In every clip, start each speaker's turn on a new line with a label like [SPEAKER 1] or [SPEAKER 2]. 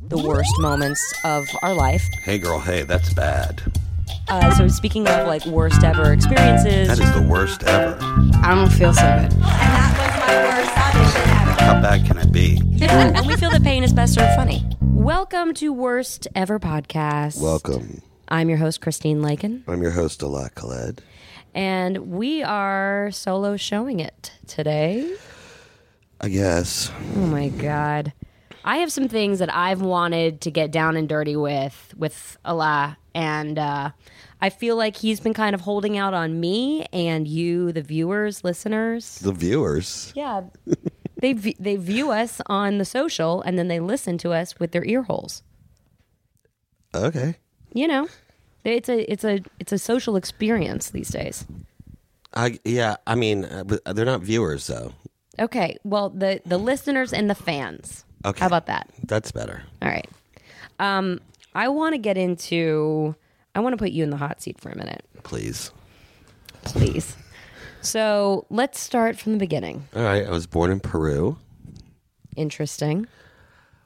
[SPEAKER 1] the worst moments of our life.
[SPEAKER 2] Hey, girl, hey, that's bad.
[SPEAKER 1] Uh, so speaking of like worst ever
[SPEAKER 2] That
[SPEAKER 1] experiences,
[SPEAKER 2] is the worst ever.
[SPEAKER 3] I don't feel so good.
[SPEAKER 2] How bad can it be?
[SPEAKER 1] and we feel that pain is best served funny. Welcome to Worst Ever Podcast.
[SPEAKER 2] Welcome.
[SPEAKER 1] I'm your host Christine Lakin,
[SPEAKER 2] I'm your host, Alak Khaled.
[SPEAKER 1] and we are solo showing it today.
[SPEAKER 2] I guess.
[SPEAKER 1] Oh my god. I have some things that I've wanted to get down and dirty with with Allah and uh I feel like he's been kind of holding out on me and you the viewers, listeners.
[SPEAKER 2] The viewers.
[SPEAKER 1] Yeah. they v- they view us on the social and then they listen to us with their ear holes.
[SPEAKER 2] Okay.
[SPEAKER 1] You know. It's a it's a it's a social experience these days.
[SPEAKER 2] I yeah. I mean, uh, but they're not viewers though.
[SPEAKER 1] Okay. Well, the the listeners and the fans.
[SPEAKER 2] Okay.
[SPEAKER 1] How about that?
[SPEAKER 2] That's better.
[SPEAKER 1] All right. Um, I want to get into. I want to put you in the hot seat for a minute,
[SPEAKER 2] Please.
[SPEAKER 1] please. So let's start from the beginning.
[SPEAKER 2] All right. I was born in Peru.
[SPEAKER 1] Interesting.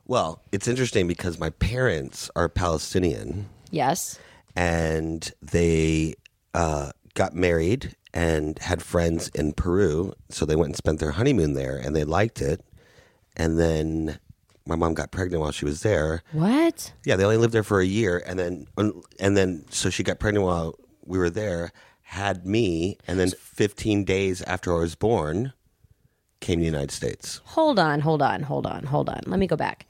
[SPEAKER 2] Well, it's interesting because my parents are Palestinian
[SPEAKER 1] Yes.
[SPEAKER 2] and they uh, got married and had friends in Peru. So they went and spent their honeymoon there and they liked it. And then my mom got pregnant while she was there.
[SPEAKER 1] What?
[SPEAKER 2] Yeah, they only lived there for a year, and then and then so she got pregnant while we were there, had me, and then 15 days after I was born, came to the United States.
[SPEAKER 1] Hold on. Hold on. Hold on. Hold on. Let me go back.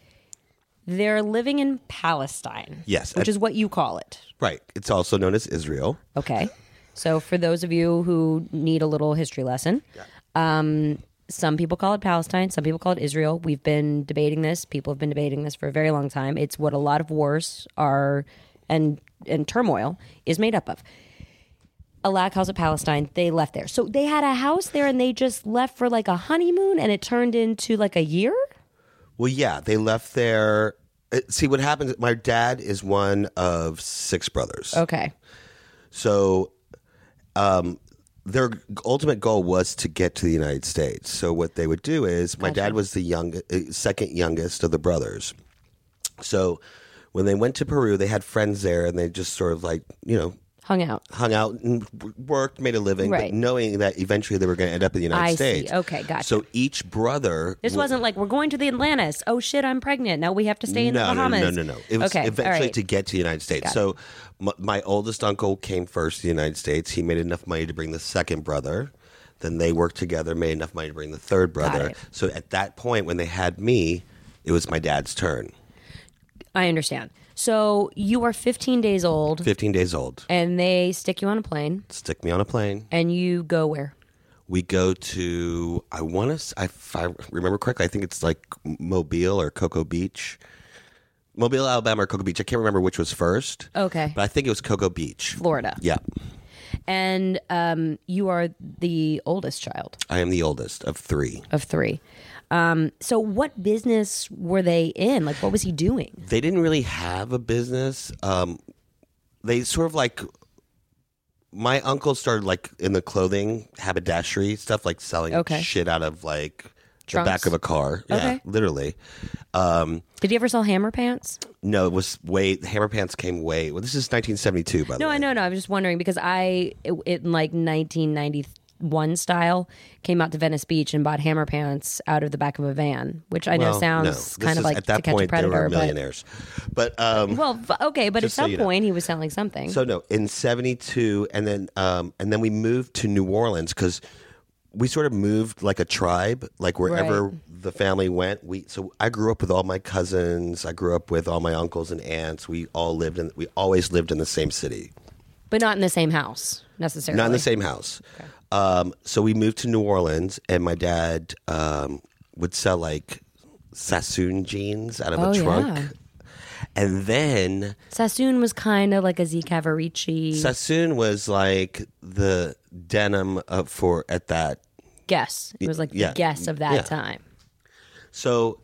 [SPEAKER 1] They're living in Palestine.
[SPEAKER 2] Yes,
[SPEAKER 1] Which
[SPEAKER 2] I-
[SPEAKER 1] is what you call it.
[SPEAKER 2] Right. It's also known as Israel.
[SPEAKER 1] Okay. So for those of you who need a little history lesson, um, some people call it Palestine, some people call it Israel. We've been debating this. People have been debating this for a very long time. It's what a lot of wars are and and turmoil is made up of. Allah calls it Palestine. They left there. So they had a house there and they just left for like a honeymoon and it turned into like a year?
[SPEAKER 2] Well, yeah, they left there. uh, See what happens. My dad is one of six brothers.
[SPEAKER 1] Okay.
[SPEAKER 2] So, um, their ultimate goal was to get to the United States. So, what they would do is, my dad was the young, uh, second youngest of the brothers. So, when they went to Peru, they had friends there, and they just sort of like you know
[SPEAKER 1] Hung out.
[SPEAKER 2] hung out and w- worked, made a living,
[SPEAKER 1] Right.
[SPEAKER 2] but knowing that eventually they were going to end up in the United
[SPEAKER 1] I see.
[SPEAKER 2] States.
[SPEAKER 1] Okay, gotcha.
[SPEAKER 2] So each brother
[SPEAKER 1] This wasn't like we're going to the Atlantis. Oh shit, I'm pregnant. Now we have to stay in the
[SPEAKER 2] no, no,
[SPEAKER 1] Bahamas.
[SPEAKER 2] no, no, no. It was
[SPEAKER 1] okay, all
[SPEAKER 2] eventually
[SPEAKER 1] right.
[SPEAKER 2] to get to the United States. So my, my oldest uncle came first to the United States. He made enough money to bring the second brother. Then they worked together, made enough money to bring the third brother.
[SPEAKER 1] it.
[SPEAKER 2] So at that point, when they had me, it was my dad's turn.
[SPEAKER 1] I understand. So you are 15 days old,
[SPEAKER 2] 15 days old.
[SPEAKER 1] and they stick you on a plane,
[SPEAKER 2] Stick me on a plane.
[SPEAKER 1] and you go where?
[SPEAKER 2] We go to, I want to, if I remember correctly, I think it's like Mobile or Cocoa Beach. Mobile, Alabama or Cocoa Beach. I can't remember which was first,
[SPEAKER 1] Okay,
[SPEAKER 2] but I think it was Cocoa Beach.
[SPEAKER 1] Florida.
[SPEAKER 2] Yeah.
[SPEAKER 1] And um, you are the oldest child
[SPEAKER 2] I am the oldest of three.
[SPEAKER 1] of three. Um, so what business were they in? Like, what was he doing?
[SPEAKER 2] they didn't really have a business. Um, they sort of like my uncle started like in the clothing haberdashery stuff, like selling
[SPEAKER 1] Okay.
[SPEAKER 2] shit out of like
[SPEAKER 1] Trunks?
[SPEAKER 2] the back of a car. Yeah,
[SPEAKER 1] Okay.
[SPEAKER 2] literally. Um,
[SPEAKER 1] Did he ever sell hammer pants?
[SPEAKER 2] no, it was way hammer pants came way. Well, this is 1972, by the
[SPEAKER 1] No,
[SPEAKER 2] way.
[SPEAKER 1] I know, no. I was just wondering because I, it, in like 1991 style, came out to Venice Beach and bought hammer pants out of the back of a van, which I know
[SPEAKER 2] Well,
[SPEAKER 1] sounds
[SPEAKER 2] no. This
[SPEAKER 1] kind
[SPEAKER 2] is-
[SPEAKER 1] of like
[SPEAKER 2] at that
[SPEAKER 1] to catch
[SPEAKER 2] point
[SPEAKER 1] a predator.
[SPEAKER 2] they were
[SPEAKER 1] but-
[SPEAKER 2] millionaires, but um,
[SPEAKER 1] Well, f- okay, but
[SPEAKER 2] Just so
[SPEAKER 1] at some
[SPEAKER 2] you know.
[SPEAKER 1] point he was selling something.
[SPEAKER 2] So no, in '72, and then um, and then we moved to New Orleans because we sort of moved like a tribe, like wherever
[SPEAKER 1] Right.
[SPEAKER 2] the family went. We so I grew up with all my cousins. I grew up with all my uncles and aunts. We all lived in. We always lived in the same city,
[SPEAKER 1] but not in the same house necessarily.
[SPEAKER 2] not in the same house. Um, so we moved to New Orleans, and my dad um, would sell like Sassoon jeans out of
[SPEAKER 1] Oh,
[SPEAKER 2] a
[SPEAKER 1] yeah.
[SPEAKER 2] trunk. And then
[SPEAKER 1] Sassoon was kind of like a Z Cavarici.
[SPEAKER 2] Sassoon was like the denim of for at that.
[SPEAKER 1] guess it was like
[SPEAKER 2] yeah,
[SPEAKER 1] the guess of that
[SPEAKER 2] yeah.
[SPEAKER 1] time.
[SPEAKER 2] So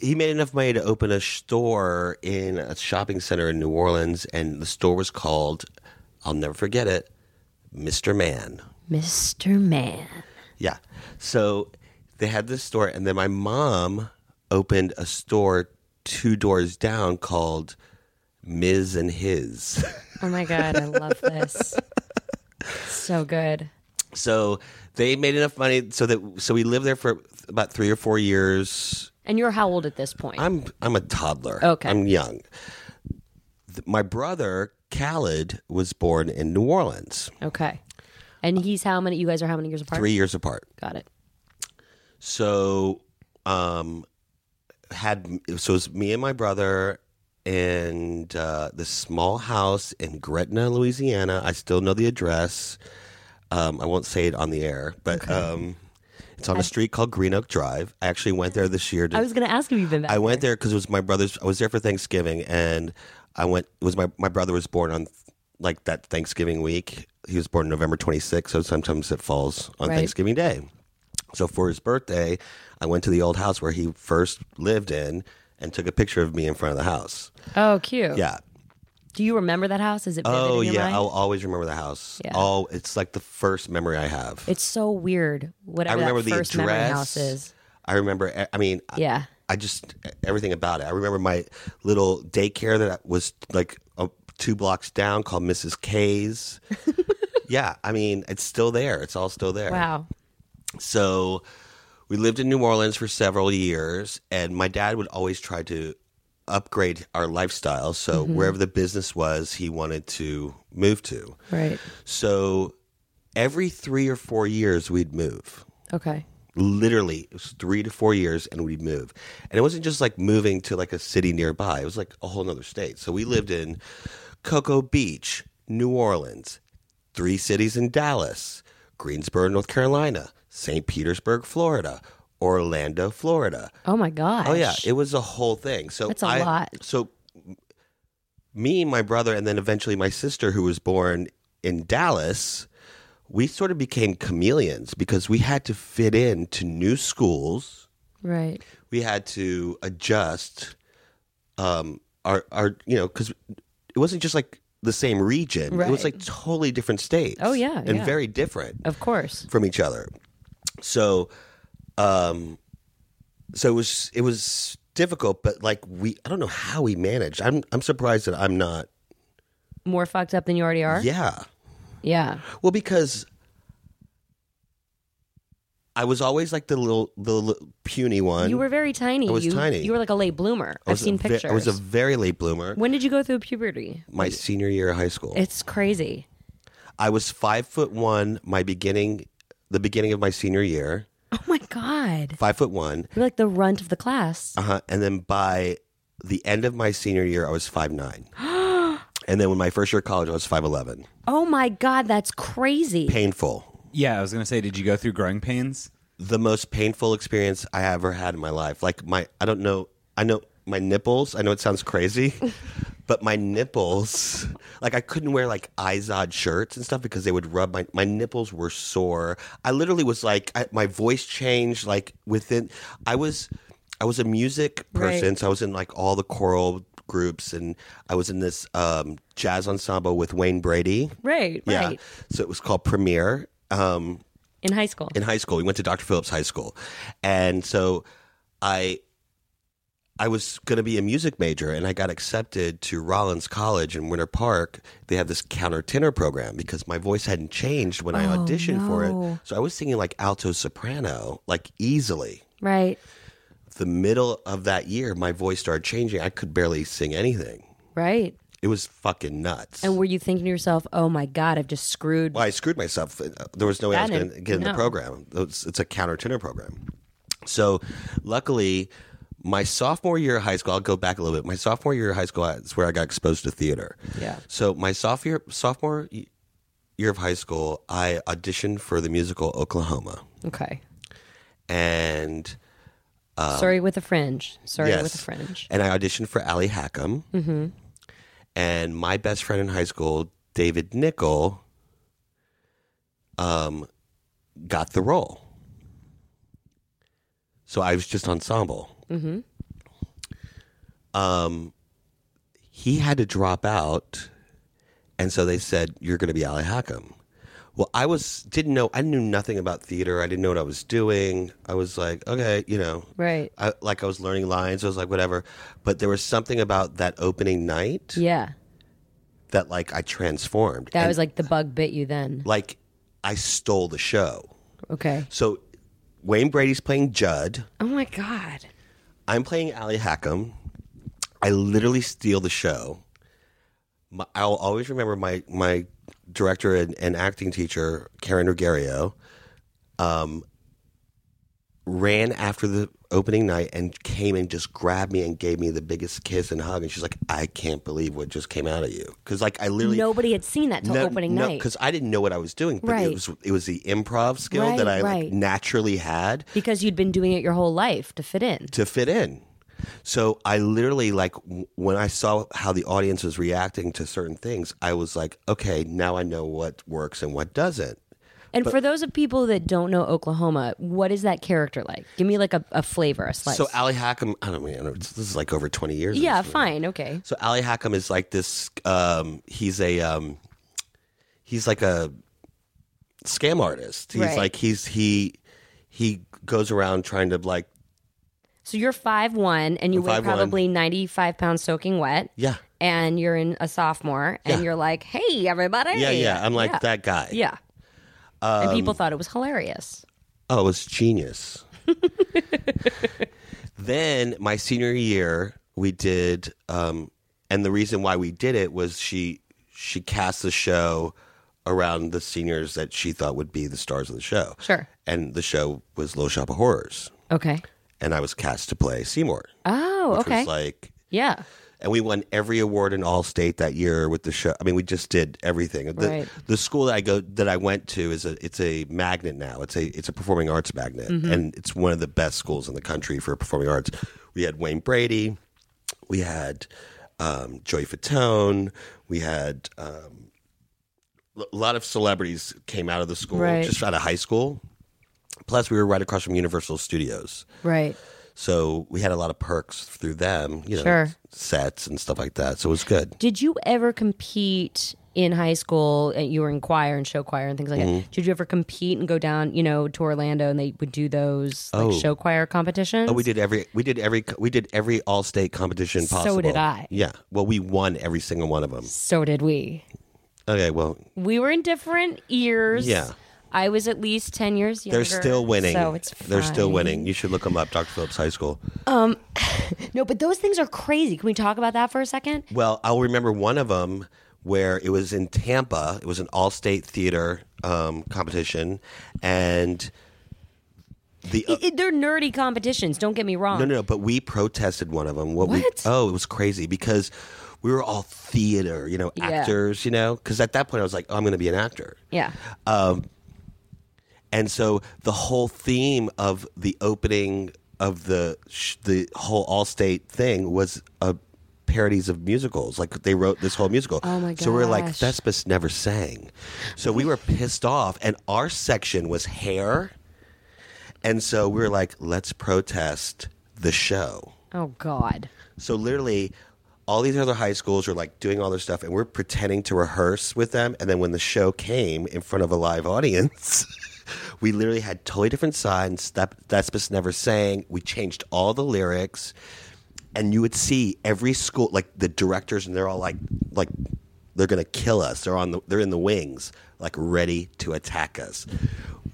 [SPEAKER 2] he made enough money to open a store in a shopping center in New Orleans, and the store was called, I'll never forget it, Mr. Man.
[SPEAKER 1] Mr. Man.
[SPEAKER 2] Yeah. So they had this store, and then my mom opened a store two doors down called Ms. and His.
[SPEAKER 1] Oh my god, I love this. so good.
[SPEAKER 2] So they made enough money so that so we lived there for about three or four years.
[SPEAKER 1] And you're how old at this point?
[SPEAKER 2] I'm I'm a toddler.
[SPEAKER 1] Okay.
[SPEAKER 2] I'm young. Th- My brother Khaled was born in New Orleans,
[SPEAKER 1] okay. And he's how many? You guys are how many years apart?
[SPEAKER 2] three years apart.
[SPEAKER 1] Got it.
[SPEAKER 2] So, um, had so it was me and my brother and uh, this small house in Gretna, Louisiana. I still know the address. Um, I won't say it on the air, but um, it's on a street called Green Oak Drive. I actually went there this year. To,
[SPEAKER 1] I was gonna ask if you've been back.
[SPEAKER 2] I went there because it was my brother's. I was there for Thanksgiving, and I went. It was my my brother was born on like that Thanksgiving week. He was born November 26th, so sometimes it falls on
[SPEAKER 1] Right.
[SPEAKER 2] Thanksgiving Day. So for his birthday, I went to the old house where he first lived in and took a picture of me in front of the house.
[SPEAKER 1] oh, cute.
[SPEAKER 2] Yeah.
[SPEAKER 1] Do you remember that house? Is it? vivid
[SPEAKER 2] Oh
[SPEAKER 1] in your
[SPEAKER 2] yeah,
[SPEAKER 1] mind?
[SPEAKER 2] I'll always remember the house.
[SPEAKER 1] Yeah.
[SPEAKER 2] Oh, it's like the first memory I have.
[SPEAKER 1] It's so weird. Whatever
[SPEAKER 2] I remember
[SPEAKER 1] that
[SPEAKER 2] the
[SPEAKER 1] first memory house
[SPEAKER 2] address.
[SPEAKER 1] is.
[SPEAKER 2] I remember. e- I mean, I-
[SPEAKER 1] Yeah.
[SPEAKER 2] I just everything about it. I remember my little daycare that was like a, two blocks down called Mrs. K's. yeah, I mean, it's still there. It's all still there.
[SPEAKER 1] Wow.
[SPEAKER 2] So we lived in New Orleans for several years, and my dad would always try to upgrade our lifestyle. So wherever the business was, he wanted to move to.
[SPEAKER 1] Right.
[SPEAKER 2] So every three or four years, we'd move
[SPEAKER 1] Okay.
[SPEAKER 2] literally it was three to four years and we'd move and it wasn't just like moving to like a city nearby it was like a whole nother state so we lived in cocoa beach new orleans three cities in dallas greensboro north carolina st petersburg florida orlando florida
[SPEAKER 1] Oh my gosh.
[SPEAKER 2] oh yeah it was a whole thing so
[SPEAKER 1] That's a
[SPEAKER 2] I-
[SPEAKER 1] lot.
[SPEAKER 2] so me my brother and then eventually my sister who was born in dallas we sort of became chameleons because we had to fit in to new schools.
[SPEAKER 1] Right.
[SPEAKER 2] We had to adjust um, our our you know because it wasn't just like the same region. It was
[SPEAKER 1] Right.
[SPEAKER 2] like totally different states.
[SPEAKER 1] Oh, yeah,
[SPEAKER 2] and
[SPEAKER 1] yeah.
[SPEAKER 2] very different
[SPEAKER 1] Of course.
[SPEAKER 2] from each other. So, um, so it was it was difficult, but like we I don't know how we managed. I'm I'm surprised that I'm not.
[SPEAKER 1] More fucked up than you already are.
[SPEAKER 2] Yeah.
[SPEAKER 1] Yeah.
[SPEAKER 2] Well, because I was always like the little, the little puny one.
[SPEAKER 1] You were very tiny.
[SPEAKER 2] I was
[SPEAKER 1] you,
[SPEAKER 2] tiny.
[SPEAKER 1] You were like a late bloomer.
[SPEAKER 2] I
[SPEAKER 1] I've
[SPEAKER 2] was a
[SPEAKER 1] seen
[SPEAKER 2] ve-
[SPEAKER 1] pictures.
[SPEAKER 2] I was a very late bloomer.
[SPEAKER 1] when did you go through puberty?
[SPEAKER 2] My senior year of high school,
[SPEAKER 1] It's crazy.
[SPEAKER 2] I was five foot one. My beginning, the beginning of my senior year,
[SPEAKER 1] Oh my god.
[SPEAKER 2] five foot one,
[SPEAKER 1] You're like the runt of the class.
[SPEAKER 2] uh-huh. and then by the end of my senior year, I was five nine. and then when my first year of college, I was five eleven.
[SPEAKER 1] Oh my god, that's crazy.
[SPEAKER 2] Painful.
[SPEAKER 4] Yeah, I was gonna say, did you go through growing pains?
[SPEAKER 2] the most painful experience I ever had in my life. Like my, I don't know, I know my nipples. I know it sounds crazy, but my nipples, like I couldn't wear like Izod shirts and stuff because they would rub my my nipples were sore. I literally was like, I, my voice changed like within. I was, I was a music person,
[SPEAKER 1] Right.
[SPEAKER 2] so I was in like all the choral groups and I was in this um, jazz ensemble with Wayne Brady.
[SPEAKER 1] Right, right.
[SPEAKER 2] So it was called Premiere. Um,
[SPEAKER 1] In high school.
[SPEAKER 2] in high school. We went to Dr. Phillips High School, and so I I was going to be a music major, and I got accepted to Rollins College in Winter Park. They have this counter tenor program because my voice hadn't changed when I auditioned for
[SPEAKER 1] no.
[SPEAKER 2] it, so I was singing like alto soprano, like easily.
[SPEAKER 1] right.
[SPEAKER 2] The middle of that year, my voice started changing. I could barely sing anything.
[SPEAKER 1] Right.
[SPEAKER 2] It was fucking nuts.
[SPEAKER 1] And were you thinking to yourself, "Oh my god, I've just screwed
[SPEAKER 2] Well, I screwed myself. Uh, There was no way I was
[SPEAKER 1] That
[SPEAKER 2] going
[SPEAKER 1] and-
[SPEAKER 2] to get in the
[SPEAKER 1] no.
[SPEAKER 2] program. It's, it's a counter tenor program. So, luckily, my sophomore year of high school, I'll go back a little bit. My sophomore year of high school is where I got exposed to theater.
[SPEAKER 1] Yeah.
[SPEAKER 2] So, my sophomore, sophomore y- year of high school, I auditioned for the musical Oklahoma.
[SPEAKER 1] Okay.
[SPEAKER 2] And
[SPEAKER 1] Sorry with a fringe. Sorry
[SPEAKER 2] Um, yes.
[SPEAKER 1] with a fringe.
[SPEAKER 2] And I auditioned for Allie Hackham. Mm-hmm. And my best friend in high school, David Nickel, um, got the role. So I was just ensemble. Um, Mm-hmm. Um, he had to drop out, and so they said, "You're going to be Allie Hackham." Well, I was didn't know. I knew nothing about theater. I didn't know what I was doing. I was like, okay, you know,
[SPEAKER 1] Right.
[SPEAKER 2] I, like I was learning lines. I was like, whatever. But there was something about that opening night
[SPEAKER 1] Yeah.
[SPEAKER 2] that like I transformed.
[SPEAKER 1] That
[SPEAKER 2] And,
[SPEAKER 1] was like the bug bit you then.
[SPEAKER 2] like I stole the show.
[SPEAKER 1] Okay.
[SPEAKER 2] So Wayne Brady's playing Judd.
[SPEAKER 1] Oh my God.
[SPEAKER 2] I'm playing Allie Hackham. I literally steal the show. My, I'll always remember my my director and, and acting teacher Karen Ruggiero, um, ran after the opening night and came and just grabbed me and gave me the biggest kiss and hug. And she's like, "I can't believe what just came out of you," because like I literally
[SPEAKER 1] Nobody had seen that till opening night.
[SPEAKER 2] because I didn't know what I was doing. But
[SPEAKER 1] Right.
[SPEAKER 2] it was it was the improv skill
[SPEAKER 1] Right,
[SPEAKER 2] that I like,
[SPEAKER 1] right.
[SPEAKER 2] naturally had
[SPEAKER 1] Because you'd been doing it your whole life to fit in.
[SPEAKER 2] to fit in. So I literally like w- when I saw how the audience was reacting to certain things, I was like, okay, now I know what works and what doesn't.
[SPEAKER 1] And for those of people that don't know Oklahoma, what is that character like? Give me like a, a flavor, a slice.
[SPEAKER 2] So Ali Hackham, I don't mean, I don't know, this is like over twenty years. ago.
[SPEAKER 1] yeah, fine, okay.
[SPEAKER 2] So Ali Hackham is like this. Um, he's a um, he's like a scam artist. He's
[SPEAKER 1] Right.
[SPEAKER 2] like he's he he goes around trying to like
[SPEAKER 1] So you're five one, and you
[SPEAKER 2] I'm
[SPEAKER 1] weigh
[SPEAKER 2] 5'1".
[SPEAKER 1] probably ninety five pounds soaking wet.
[SPEAKER 2] Yeah.
[SPEAKER 1] And you're in a sophomore, and
[SPEAKER 2] Yeah.
[SPEAKER 1] you're like, "Hey, everybody!"
[SPEAKER 2] yeah yeah. I'm like
[SPEAKER 1] yeah.
[SPEAKER 2] that guy.
[SPEAKER 1] Yeah. and people thought it was hilarious.
[SPEAKER 2] Oh, it was genius. then my senior year, we did, um, and the reason why we did it was she she cast the show around the seniors that she thought would be the stars of the show.
[SPEAKER 1] Sure.
[SPEAKER 2] And the show was Little Shop of Horrors,
[SPEAKER 1] Okay.
[SPEAKER 2] and I was cast to play Seymour,
[SPEAKER 1] Oh,
[SPEAKER 2] which
[SPEAKER 1] okay.
[SPEAKER 2] was like.
[SPEAKER 1] yeah.
[SPEAKER 2] And we won every award in all state that year with the show. I mean, we just did everything. The,
[SPEAKER 1] Right.
[SPEAKER 2] the school that I go that I went to is a it's a magnet now. It's a it's a performing arts magnet,
[SPEAKER 1] Mm-hmm.
[SPEAKER 2] and it's one of the best schools in the country for performing arts. We had Wayne Brady, we had um, Joy Fatone, we had um, l- a lot of celebrities came out of the school,
[SPEAKER 1] Right.
[SPEAKER 2] just out of high school. Plus, we were right across from Universal Studios.
[SPEAKER 1] Right.
[SPEAKER 2] So we had a lot of perks through them, you know,
[SPEAKER 1] Sure.
[SPEAKER 2] sets and stuff like that. So it was good.
[SPEAKER 1] Did you ever compete in high school? And you were in choir and show choir and things like
[SPEAKER 2] Mm-hmm.
[SPEAKER 1] that. Did you ever compete and go down, you know, to Orlando and they would do those like show choir competitions?
[SPEAKER 2] Oh, we did every we did every we did every all state competition
[SPEAKER 1] So
[SPEAKER 2] possible.
[SPEAKER 1] did I.
[SPEAKER 2] Yeah. Well, we won every single one of them.
[SPEAKER 1] So did we.
[SPEAKER 2] Okay. Well,
[SPEAKER 1] We were in different years.
[SPEAKER 2] Yeah.
[SPEAKER 1] I was at least ten years younger.
[SPEAKER 2] they're still winning.
[SPEAKER 1] So it's
[SPEAKER 2] They're still
[SPEAKER 1] fine.
[SPEAKER 2] winning. You should look them up, Dr. Phillips High School.
[SPEAKER 1] No, but those things are crazy. Can we talk about that for a second?
[SPEAKER 2] Well, I'll remember one of them where it was in Tampa. It was an all state theater um, competition, and the
[SPEAKER 1] It- it- they're nerdy competitions. Don't get me wrong.
[SPEAKER 2] No, no, no. But we protested one of them. What? We,
[SPEAKER 1] What?
[SPEAKER 2] oh, it was crazy because we were all theater, you know,
[SPEAKER 1] Yeah.
[SPEAKER 2] actors, you know. Because at that point, I was like, oh, I'm going to be an actor.
[SPEAKER 1] Yeah.
[SPEAKER 2] And so the whole theme of the opening of the sh- the whole Allstate thing was uh parodies of musicals like they wrote this whole musical
[SPEAKER 1] Oh, my
[SPEAKER 2] so we're like
[SPEAKER 1] gosh.
[SPEAKER 2] thespis never sang so we were pissed off and our section was hair and so we were like let's protest the show
[SPEAKER 1] Oh God.
[SPEAKER 2] So literally, all these other high schools are like doing all their stuff, and we're pretending to rehearse with them. And then when the show came in front of a live audience, we literally had totally different signs. That Thespis never sang. We changed all the lyrics, and you would see every school, like the directors, and they're all like, like they're gonna kill us. They're on the, they're in the wings, like ready to attack us.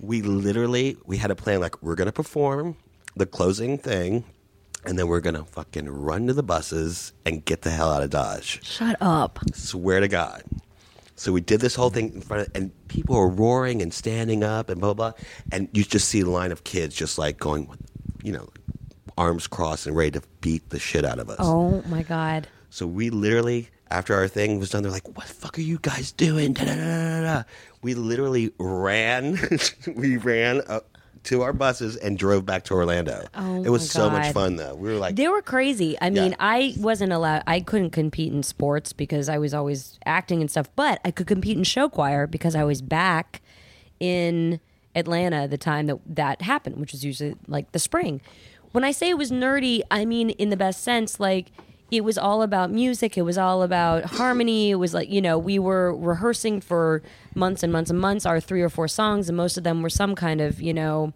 [SPEAKER 2] We literally, we had a plan. Like we're gonna perform the closing thing and then we're gonna fucking run to the buses and get the hell out of Dodge.
[SPEAKER 1] Shut up.
[SPEAKER 2] Swear to God. So we did this whole thing in front of, and people are roaring and standing up and blah, blah, blah. And you just see a line of kids just like going, you know, arms crossed and ready to beat the shit out of us.
[SPEAKER 1] Oh my God.
[SPEAKER 2] So we literally, after our thing was done, they're like, "What the fuck are you guys doing?" Da, da, da, da, da, da. We literally ran, we ran up to our buses and drove back to Orlando.
[SPEAKER 1] Oh
[SPEAKER 2] it was
[SPEAKER 1] my
[SPEAKER 2] so much
[SPEAKER 1] God.
[SPEAKER 2] fun though. We were like,
[SPEAKER 1] They were crazy. I mean,
[SPEAKER 2] Yeah.
[SPEAKER 1] I wasn't allowed. I couldn't compete in sports because I was always acting and stuff. But I could compete in show choir because I was back in Atlanta the time that that happened, which was usually like the spring. When I say it was nerdy, I mean in the best sense. Like it was all about music. It was all about harmony. It was like, you know, we were rehearsing for months and months and months, our three or four songs, and most of them were some kind of, you know,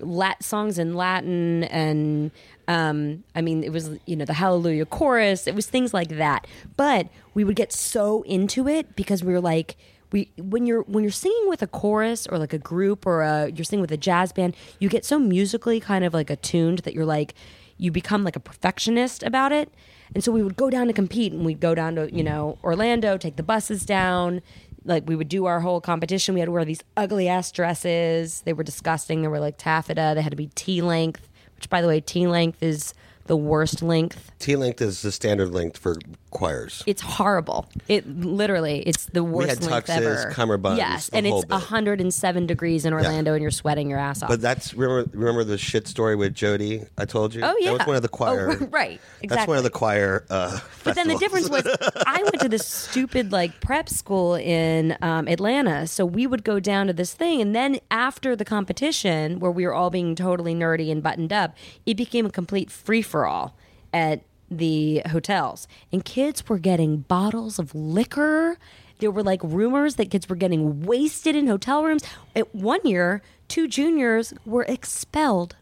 [SPEAKER 1] lat songs in Latin and um I mean it was you know the hallelujah chorus it was things like that but we would get so into it because we were like we when you're when you're singing with a chorus or like a group or a, you're singing with a jazz band you get so musically kind of like attuned that you're like you become like a perfectionist about it and so we would go down to compete and we'd go down to you know Orlando take the buses down like we would do our whole competition. We had to wear these ugly ass dresses. They were disgusting. They were like taffeta. They had to be T length, which by the way, T length is the worst length.
[SPEAKER 2] T length is the standard length for choirs.
[SPEAKER 1] It's horrible. It literally, it's the worst
[SPEAKER 2] had
[SPEAKER 1] length
[SPEAKER 2] tuxes,
[SPEAKER 1] ever.
[SPEAKER 2] cummerbunds,
[SPEAKER 1] yes,
[SPEAKER 2] the
[SPEAKER 1] and
[SPEAKER 2] whole
[SPEAKER 1] it's
[SPEAKER 2] bit.
[SPEAKER 1] 107 degrees in Orlando, and you're sweating your ass off.
[SPEAKER 2] But that's remember remember the shit story with Jody I told you.
[SPEAKER 1] Oh, yeah.
[SPEAKER 2] that was one of the
[SPEAKER 1] Oh,
[SPEAKER 2] choir.
[SPEAKER 1] right,
[SPEAKER 2] That's one
[SPEAKER 1] exactly.
[SPEAKER 2] of the choir. Uh,
[SPEAKER 1] But then the difference was I went to this stupid like prep school in um, Atlanta, so we would go down to this thing, and then after the competition, where we were all being totally nerdy and buttoned up, it became a complete free for all at the hotels, and kids were getting bottles of liquor. There were like rumors that kids were getting wasted in hotel rooms. At one year, two juniors were expelled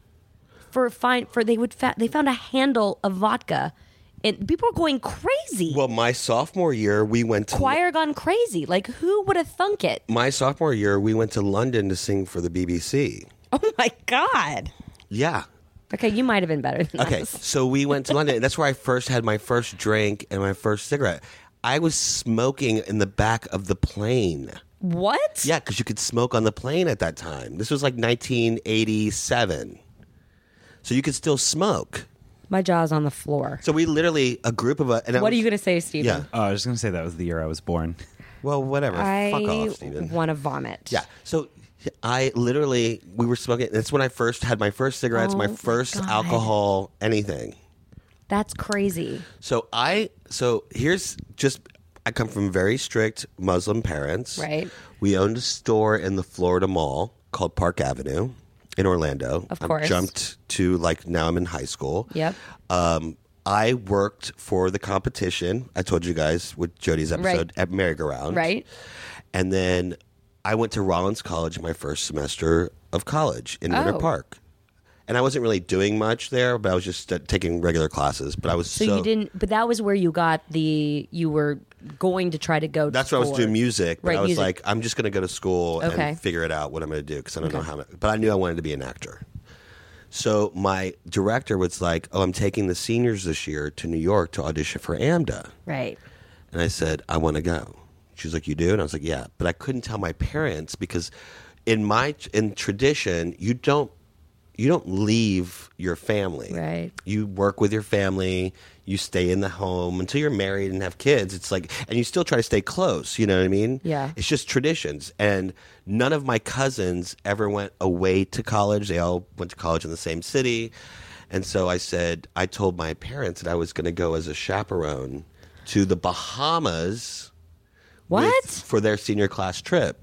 [SPEAKER 1] for fine for they would fa- they found a handle of vodka and people were going crazy
[SPEAKER 2] well, my sophomore year, we went to
[SPEAKER 1] choir gone crazy like who would have thunk it
[SPEAKER 2] my sophomore year, we went to London to sing for the BBC.
[SPEAKER 1] oh my god
[SPEAKER 2] Yeah.
[SPEAKER 1] okay you might have been better than
[SPEAKER 2] Okay.
[SPEAKER 1] us.
[SPEAKER 2] So we went to London. That's where I first had my first drink and my first cigarette. I was smoking in the back of the plane.
[SPEAKER 1] what
[SPEAKER 2] Yeah, because you could smoke on the plane at that time. This was like 1987. So you could still smoke.
[SPEAKER 1] my jaw's on the floor
[SPEAKER 2] So we literally, a group of us. And I
[SPEAKER 1] what are
[SPEAKER 2] was-
[SPEAKER 1] you gonna say steven
[SPEAKER 2] Yeah.
[SPEAKER 4] Oh, I was just gonna say that was the year I was born.
[SPEAKER 2] Well, whatever. Fuck
[SPEAKER 1] i
[SPEAKER 2] off, Steven.
[SPEAKER 1] want to vomit
[SPEAKER 2] Yeah. So I literally, we were smoking. That's when I first had my first cigarettes,
[SPEAKER 1] Oh
[SPEAKER 2] my
[SPEAKER 1] my
[SPEAKER 2] first
[SPEAKER 1] God.
[SPEAKER 2] alcohol, anything.
[SPEAKER 1] that's crazy
[SPEAKER 2] So I, so here's just, I come from very strict Muslim parents.
[SPEAKER 1] Right.
[SPEAKER 2] We owned a store in the Florida Mall called Park Avenue in Orlando.
[SPEAKER 1] Of
[SPEAKER 2] I
[SPEAKER 1] course.
[SPEAKER 2] jumped to like now I'm in high school.
[SPEAKER 1] Yep.
[SPEAKER 2] Um, I worked for the competition. I told you guys with Jody's episode at Merry-Go-Round.
[SPEAKER 1] right
[SPEAKER 2] And then I went to Rollins College my first semester of college in Winter
[SPEAKER 1] Oh.
[SPEAKER 2] Park. And I wasn't really doing much there, but I was just uh, taking regular classes. But I was
[SPEAKER 1] so, you didn't but that was where you got the you were going to try to go
[SPEAKER 2] That's
[SPEAKER 1] to
[SPEAKER 2] why I was doing
[SPEAKER 1] music.
[SPEAKER 2] music, but
[SPEAKER 1] Right,
[SPEAKER 2] I was
[SPEAKER 1] music.
[SPEAKER 2] like, I'm just going to go to school
[SPEAKER 1] Okay.
[SPEAKER 2] and figure it out what I'm going to do because I don't know how. To, but I knew I wanted to be an actor. So my director was like, "Oh, I'm taking the seniors this year to New York to audition for AMDA,"
[SPEAKER 1] right
[SPEAKER 2] and I said, "I want to go." She's like, "You do?" And I was like, "Yeah," but I couldn't tell my parents because in my in tradition, you don't you don't leave your family.
[SPEAKER 1] Right.
[SPEAKER 2] You work with your family. You stay in the home until you're married and have kids. It's like, and you still try to stay close. You know what I mean?
[SPEAKER 1] Yeah.
[SPEAKER 2] It's just traditions. And none of my cousins ever went away to college. They all went to college in the same city. And so I said, I told my parents that I was going to go as a chaperone to the Bahamas
[SPEAKER 1] what
[SPEAKER 2] with- for their senior class trip.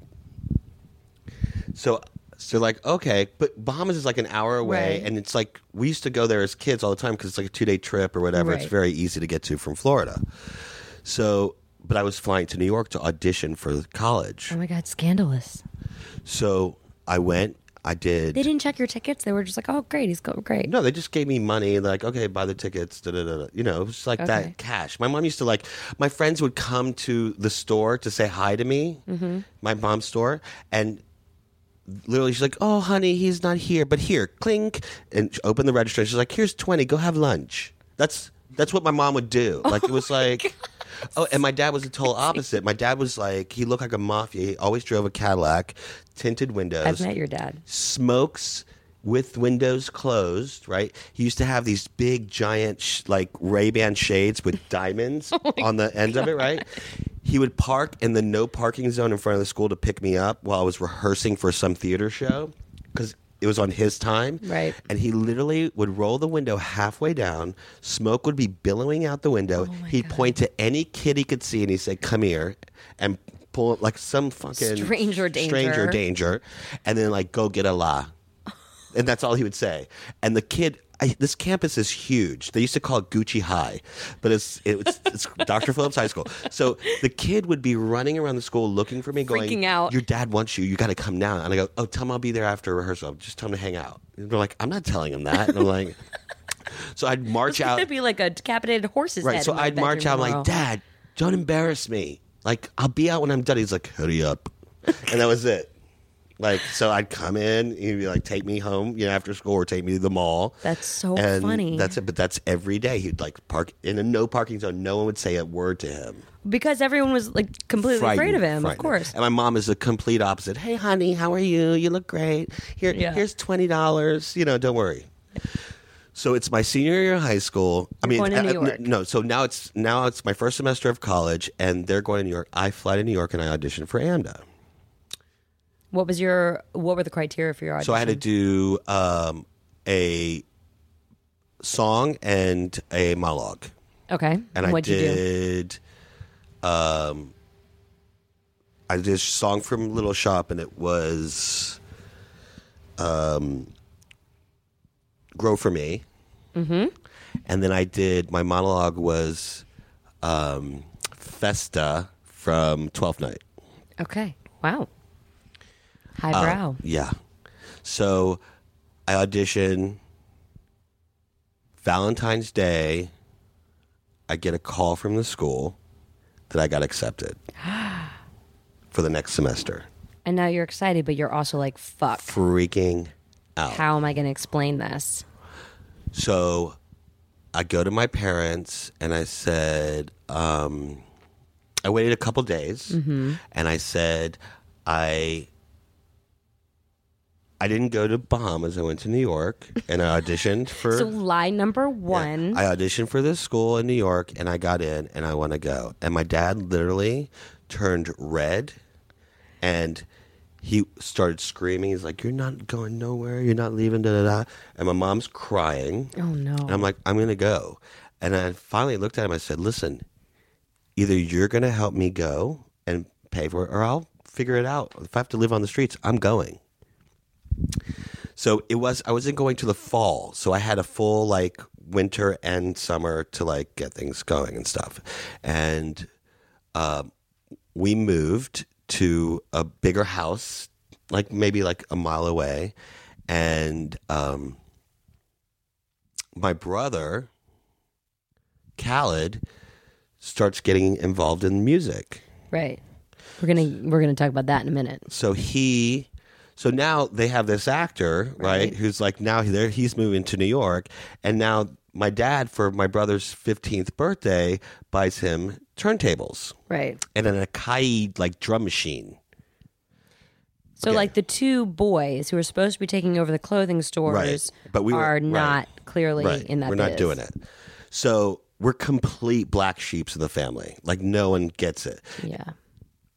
[SPEAKER 2] So, so like okay, but Bahamas is like an hour away,
[SPEAKER 1] Right.
[SPEAKER 2] and it's like we used to go there as kids all the time because it's like a two day trip or whatever. It's
[SPEAKER 1] Right.
[SPEAKER 2] very easy to get to from Florida. So, but I was flying to New York to audition for college.
[SPEAKER 1] oh my god scandalous
[SPEAKER 2] So I went. I did.
[SPEAKER 1] they didn't check your tickets they were just like oh great he's go great
[SPEAKER 2] No, they just gave me money. Like, okay, buy the tickets. Da, da, da, da. You know, it was just like
[SPEAKER 1] Okay.
[SPEAKER 2] that cash. My mom used to like. My friends would come to the store to say hi to me, my mom's store, and literally she's like, "Oh, honey, he's not here, but here, clink," and she opened the register. She's like, "Here's twenty. Go have lunch." That's that's what my mom would do. Like it was like. Oh, and my dad was the total opposite. My dad was like, he looked like a mafia. He always drove a Cadillac, tinted windows
[SPEAKER 1] i've met your dad
[SPEAKER 2] smokes with windows closed, right? He used to have these big, giant, sh- like Ray Ban shades with diamonds on the end of it, right? He would park in the no parking zone in front of the school to pick me up while I was rehearsing for some theater show because it was on his time.
[SPEAKER 1] Right.
[SPEAKER 2] And he literally would roll the window halfway down. Smoke would be billowing out the window. He'd point to any kid he could see and he'd say, Come here. And pull like some fucking
[SPEAKER 1] Stranger
[SPEAKER 2] Stranger
[SPEAKER 1] danger.
[SPEAKER 2] danger danger and then like go get a la and that's all he would say and the kid I, this campus is huge. They used to call it Gucci High, but it's it's, it's Dr. Phillips High School. So the kid would be running around the school looking for me, going,
[SPEAKER 1] Freaking out.
[SPEAKER 2] "Your dad wants you. You got to come down." And I go, "Oh, tell him I'll be there after rehearsal. Just tell him to hang out." And they're like, "I'm not telling him that." And I'm like, so I'd march out.
[SPEAKER 1] It'd be like a decapitated horse's
[SPEAKER 2] Right.
[SPEAKER 1] head.
[SPEAKER 2] So
[SPEAKER 1] in my
[SPEAKER 2] I'd march out.
[SPEAKER 1] bedroom
[SPEAKER 2] I'm like,
[SPEAKER 1] tomorrow.
[SPEAKER 2] Dad, don't embarrass me. Like, I'll be out when I'm done. He's like, hurry up. and that was it. Like, so I'd come in. He'd be like, take me home, you know, after school or take me to the mall.
[SPEAKER 1] That's so
[SPEAKER 2] and
[SPEAKER 1] funny.
[SPEAKER 2] That's it. But that's every day. He'd like park in a no parking zone. No one would say a word to him.
[SPEAKER 1] because everyone was like completely afraid
[SPEAKER 2] Frightened,
[SPEAKER 1] of him. Of
[SPEAKER 2] frightened.
[SPEAKER 1] course.
[SPEAKER 2] And my mom is the complete opposite. Hey, honey, how are you? You look great. Here,
[SPEAKER 1] Yeah.
[SPEAKER 2] here's twenty dollars. You know, don't worry. So it's my senior year of high school. I mean,
[SPEAKER 1] going to
[SPEAKER 2] uh,
[SPEAKER 1] New
[SPEAKER 2] uh,
[SPEAKER 1] York.
[SPEAKER 2] n- no. So now it's now it's my first semester of college, and they're going to New York. I fly to New York, and I audition for AMDA.
[SPEAKER 1] What was your? What were the criteria for your audition?
[SPEAKER 2] So I had to do um, a song and a monologue.
[SPEAKER 1] okay.
[SPEAKER 2] and
[SPEAKER 1] What'd
[SPEAKER 2] I
[SPEAKER 1] you do?
[SPEAKER 2] did. Um, I did a song from Little Shop, and it was, um, "Grow for Me." Mm-hmm. And then I did my monologue was, um, "Festa" from Twelfth Night.
[SPEAKER 1] Okay. Wow.
[SPEAKER 2] Uh,
[SPEAKER 1] Highbrow.
[SPEAKER 2] yeah. So I audition Valentine's Day. I get a call from the school that I got accepted for the next semester.
[SPEAKER 1] and now you're excited, but you're also like, fuck.
[SPEAKER 2] Freaking out.
[SPEAKER 1] How am I going to explain this?
[SPEAKER 2] So I go to my parents and I said, um, I waited a couple days
[SPEAKER 1] Mm-hmm.
[SPEAKER 2] and I said, I. I didn't go to Bahamas. I went to New York and I auditioned for.
[SPEAKER 1] So lie number
[SPEAKER 2] Yeah.
[SPEAKER 1] one.
[SPEAKER 2] I auditioned for this school in New York and I got in and I want to go. And my dad literally turned red and he started screaming. He's like, You're not going nowhere. You're not leaving. Da, da, da. And my mom's crying.
[SPEAKER 1] oh no.
[SPEAKER 2] And I'm like, I'm going to go. And I finally looked at him. I said, Listen, either you're going to help me go and pay for it, or I'll figure it out. If I have to live on the streets, I'm going. So it was, I wasn't going to the fall. So I had a full like winter and summer to like get things going and stuff. And um, we moved to a bigger house, like maybe like a mile away, and um, my brother, Khaled, starts getting involved in music.
[SPEAKER 1] right. We're gonna we're gonna talk about that in a minute.
[SPEAKER 2] So he, so now they have this actor, right? who's like now there he's moving to New York, and now my dad for my brother's fifteenth birthday buys him turntables
[SPEAKER 1] Right.
[SPEAKER 2] and an Akai like drum machine.
[SPEAKER 1] So
[SPEAKER 2] Okay.
[SPEAKER 1] like the two boys who are supposed to be taking over the clothing stores
[SPEAKER 2] But we were-
[SPEAKER 1] are
[SPEAKER 2] right.
[SPEAKER 1] not clearly in that
[SPEAKER 2] We're not
[SPEAKER 1] biz.
[SPEAKER 2] doing it. So we're complete black sheeps of the family. Like no one gets it.
[SPEAKER 1] Yeah.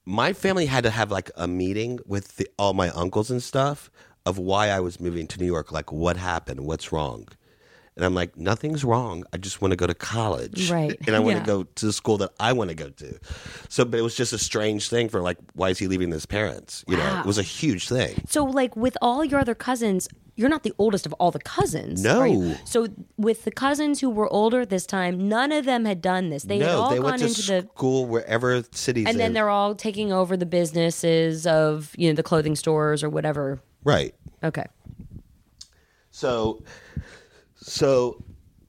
[SPEAKER 2] My family had to have like a meeting with the, all my uncles and stuff of why I was moving to New York. Like what happened? What's wrong? And I'm like, nothing's wrong. I just want to go to college,
[SPEAKER 1] Right.
[SPEAKER 2] And I want
[SPEAKER 1] Yeah.
[SPEAKER 2] to go to the school that I want to go to. So, but it was just a strange thing for like, why is he leaving his parents? You know, it was a huge thing.
[SPEAKER 1] So like with all your other cousins, you're not the oldest of all the cousins.
[SPEAKER 2] No.
[SPEAKER 1] are you? So with the cousins who were older this time, none of them had done this. They had
[SPEAKER 2] no,
[SPEAKER 1] all
[SPEAKER 2] they
[SPEAKER 1] gone
[SPEAKER 2] went to
[SPEAKER 1] into the
[SPEAKER 2] school wherever cities.
[SPEAKER 1] and then they're all taking over the businesses of you know the clothing stores or whatever.
[SPEAKER 2] right.
[SPEAKER 1] Okay.
[SPEAKER 2] So, so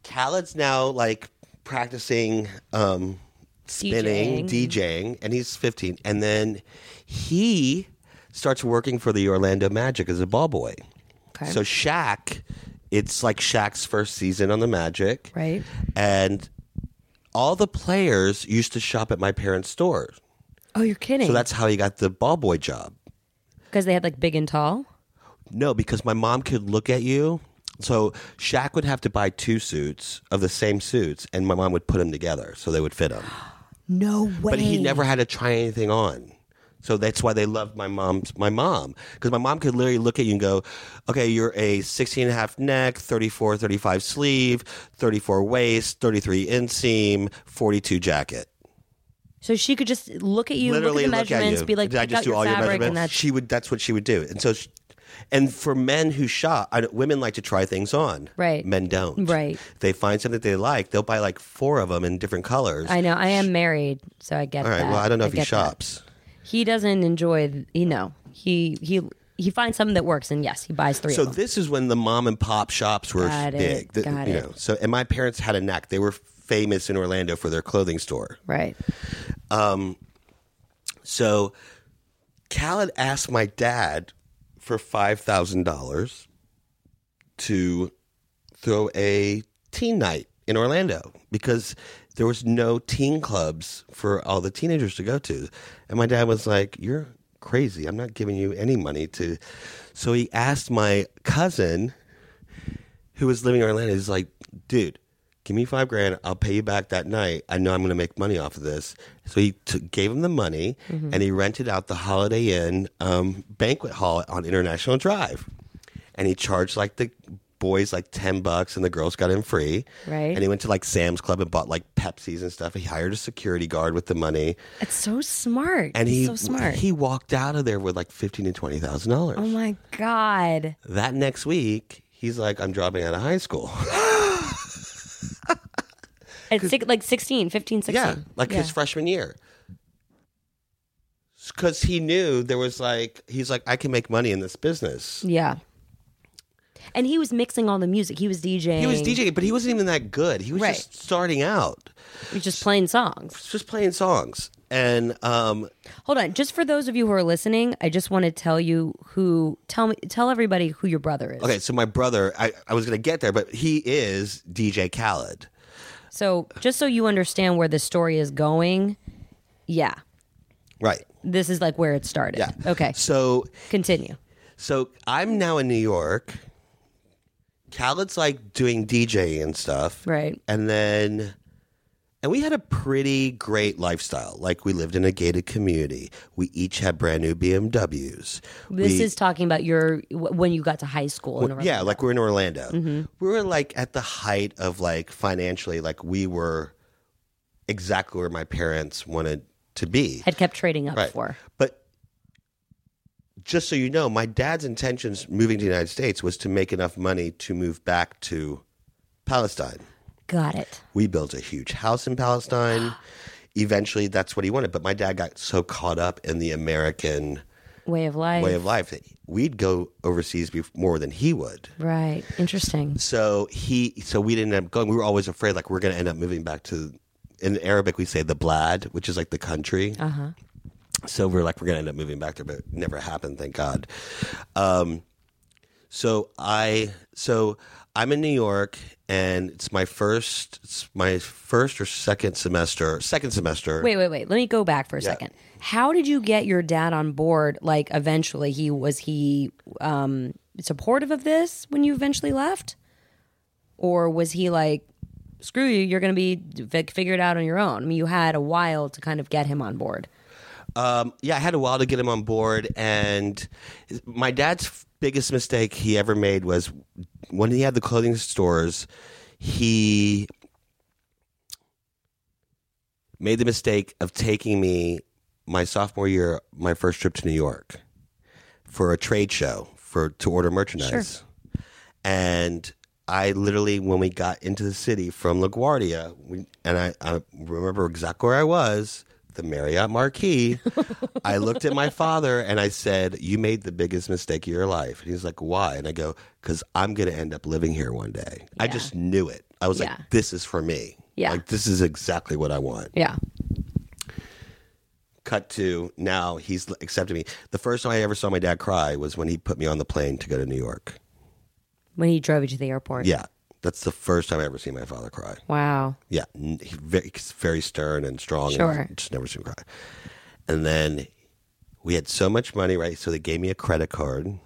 [SPEAKER 2] Khaled's now like practicing um, spinning, DJing. and he's 15. And then he starts working for the Orlando Magic as a ball boy.
[SPEAKER 1] Okay.
[SPEAKER 2] So Shaq, it's like Shaq's first season on the Magic.
[SPEAKER 1] Right.
[SPEAKER 2] And all the players used to shop at my parents' store.
[SPEAKER 1] Oh, you're kidding.
[SPEAKER 2] So that's how he got the ball boy job.
[SPEAKER 1] because they had like big and tall.
[SPEAKER 2] No, because my mom could look at you. So Shaq would have to buy two suits of the same suits, and my mom would put them together so they would fit him.
[SPEAKER 1] No way.
[SPEAKER 2] But he never had to try anything on. So that's why they loved my mom's my mom because my mom could literally look at you and go, "Okay, you're a 16 and a half neck, 34, 35 sleeve, 34 waist, 33 inseam, 42 jacket."
[SPEAKER 1] So she could just look at you,
[SPEAKER 2] literally
[SPEAKER 1] look at the measurements,
[SPEAKER 2] you.
[SPEAKER 1] be like,
[SPEAKER 2] Did I
[SPEAKER 1] pick
[SPEAKER 2] just
[SPEAKER 1] out
[SPEAKER 2] do
[SPEAKER 1] your
[SPEAKER 2] all your
[SPEAKER 1] fabric, and
[SPEAKER 2] measurements?
[SPEAKER 1] that's
[SPEAKER 2] She would. That's what she would do. And so, she, And for men who shop, I, don't- women like to try things on.
[SPEAKER 1] Right.
[SPEAKER 2] Men don't.
[SPEAKER 1] Right.
[SPEAKER 2] They find something that they like, they'll buy like four of them in different colors.
[SPEAKER 1] I know. I am married, so I get
[SPEAKER 2] All right.
[SPEAKER 1] that.
[SPEAKER 2] Well, I don't know if he
[SPEAKER 1] get that.
[SPEAKER 2] shops.
[SPEAKER 1] He doesn't enjoy. th- You know, he he he finds something that works, and yes, he buys three.
[SPEAKER 2] So
[SPEAKER 1] of them.
[SPEAKER 2] this is when the mom and pop shops were
[SPEAKER 1] Got it,
[SPEAKER 2] big. The-
[SPEAKER 1] got
[SPEAKER 2] you
[SPEAKER 1] it.
[SPEAKER 2] know, so and my parents had a knack. They were famous in Orlando for their clothing store.
[SPEAKER 1] right.
[SPEAKER 2] So Khaled asked my dad for five thousand dollars to throw a teen night in Orlando because there was no teen clubs for all the teenagers to go to. And my dad was like, You're crazy. I'm not giving you any money to so he asked my cousin who was living in Orlando, he's like, dude, give me five grand. I'll pay you back that night. I know I'm going to make money off of this. So he t- gave him the money
[SPEAKER 1] Mm-hmm.
[SPEAKER 2] and he rented out the Holiday Inn um, banquet hall on International Drive. And he charged like the boys like 10 bucks and the girls got in free.
[SPEAKER 1] Right.
[SPEAKER 2] And he went to like Sam's Club and bought like Pepsis and stuff. He hired a security guard with the money.
[SPEAKER 1] It's so smart.
[SPEAKER 2] And
[SPEAKER 1] It's
[SPEAKER 2] he
[SPEAKER 1] so smart.
[SPEAKER 2] he walked out of there with like fifteen to twenty thousand dollars.
[SPEAKER 1] oh my god.
[SPEAKER 2] That next week, he's like, I'm dropping out of high school.
[SPEAKER 1] At six, like 16, 15, 16.
[SPEAKER 2] Yeah, like his freshman year. Because he knew there was like, he's like, I can make money in this business.
[SPEAKER 1] Yeah. And he was mixing all the music. He was DJing.
[SPEAKER 2] He was DJing, but he wasn't even that good. He was
[SPEAKER 1] Right.
[SPEAKER 2] just starting out,
[SPEAKER 1] He was just playing songs.
[SPEAKER 2] just playing songs. And um,
[SPEAKER 1] Hold on, just for those of you who are listening, I just want to tell you who tell me tell everybody who your brother is.
[SPEAKER 2] okay, so my brother, I, I was going to get there, but he is DJ Khaled.
[SPEAKER 1] So just so you understand where the story is going, yeah,
[SPEAKER 2] Right.
[SPEAKER 1] this is like where it started.
[SPEAKER 2] Yeah.
[SPEAKER 1] Okay,
[SPEAKER 2] So
[SPEAKER 1] continue.
[SPEAKER 2] So I'm now in New York. Khaled's like doing DJ and stuff.
[SPEAKER 1] Right.
[SPEAKER 2] And then and we had a pretty great lifestyle. Like we lived in a gated community. We each had brand new BMWs.
[SPEAKER 1] This
[SPEAKER 2] We-
[SPEAKER 1] is talking about your wh- when you got to high school. in Orlando.
[SPEAKER 2] yeah,
[SPEAKER 1] Mm-hmm.
[SPEAKER 2] like we're in Orlando. We were like at the height of like financially, like we were exactly where my parents wanted to be.
[SPEAKER 1] had kept trading up for.
[SPEAKER 2] But just so you know, my dad's intentions moving to the United States was to make enough money to move back to Palestine.
[SPEAKER 1] Got it.
[SPEAKER 2] We built a huge house in Palestine. Eventually, that's what he wanted. But my dad got so caught up in the American
[SPEAKER 1] Way of life.
[SPEAKER 2] way of life that we'd go overseas bef- more than he would.
[SPEAKER 1] right. Interesting.
[SPEAKER 2] So he, so we didn't end up going. We were always afraid, like we're going to end up moving back to. In Arabic, we say the blad, which is like the country. Uh huh. So we're like, we're going to end up moving back there, but it never happened. Thank God. Um, so I, so I'm in New York, and it's my first, it's my first or second semester, second semester.
[SPEAKER 1] Wait, wait, wait. Let me go back for a second. How did you get your dad on board? Like, eventually, he was he um, supportive of this when you eventually left, or was he like, "Screw you, you're going to be fig- figure it out on your own"? I mean, you had a while to kind of get him on board.
[SPEAKER 2] Um, yeah, I had a while to get him on board, and my dad's biggest mistake he ever made was when he had the clothing stores. He made the mistake of taking me my sophomore year, my first trip to New York for a trade show for to order merchandise. And I literally, when we got into the city from LaGuardia, we, and I, I remember exactly where I was, the Marriott Marquis. I looked at my father and I said, "You made the biggest mistake of your life." And he's like, "Why?" And I go, "Cause I'm gonna end up living here one day." I
[SPEAKER 1] Yeah.
[SPEAKER 2] just knew it. I was
[SPEAKER 1] Yeah.
[SPEAKER 2] like, "This is for me."
[SPEAKER 1] Yeah.
[SPEAKER 2] Like this is exactly what I want
[SPEAKER 1] Yeah,
[SPEAKER 2] cut to now he's accepted me. The first time I ever saw my dad cry was when he put me on the plane to go to New York.
[SPEAKER 1] when he drove you to the airport.
[SPEAKER 2] Yeah, that's the first time I ever seen my father cry.
[SPEAKER 1] Wow.
[SPEAKER 2] Yeah, n- he very, he's very stern and strong.
[SPEAKER 1] Sure.
[SPEAKER 2] And just never seen him cry. And then we had so much money, right? So they gave me a credit card.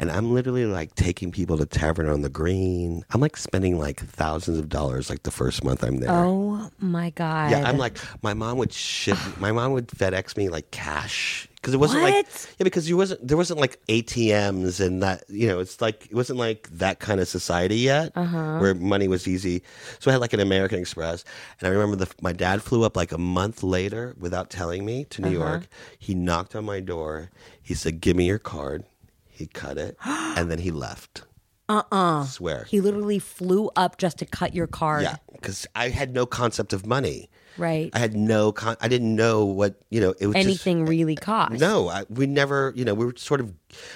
[SPEAKER 2] And I'm literally like taking people to Tavern on the Green. I'm like spending like thousands of dollars like the first month I'm there.
[SPEAKER 1] Oh my god.
[SPEAKER 2] Yeah, I'm like my mom would ship. my mom would FedEx me like cash because it wasn't like
[SPEAKER 1] What?
[SPEAKER 2] yeah because you wasn't there wasn't like ATMs and that you know it's like it wasn't like that kind of society yet
[SPEAKER 1] Uh-huh.
[SPEAKER 2] where money was easy. So I had like an American Express, and I remember the, my dad flew up like a month later
[SPEAKER 1] Uh-huh.
[SPEAKER 2] without telling me to New York. He knocked on my door. He said, "Give me your card." He He cut it, and then he left. Uh uh Swear.
[SPEAKER 1] Uh-uh. He literally flew up just to cut your card.
[SPEAKER 2] yeah, because I had no concept of money.
[SPEAKER 1] Right.
[SPEAKER 2] I had no con. I didn't know what you know. It was just-
[SPEAKER 1] Anything really cost.
[SPEAKER 2] no, I, we never. You know, we were sort of.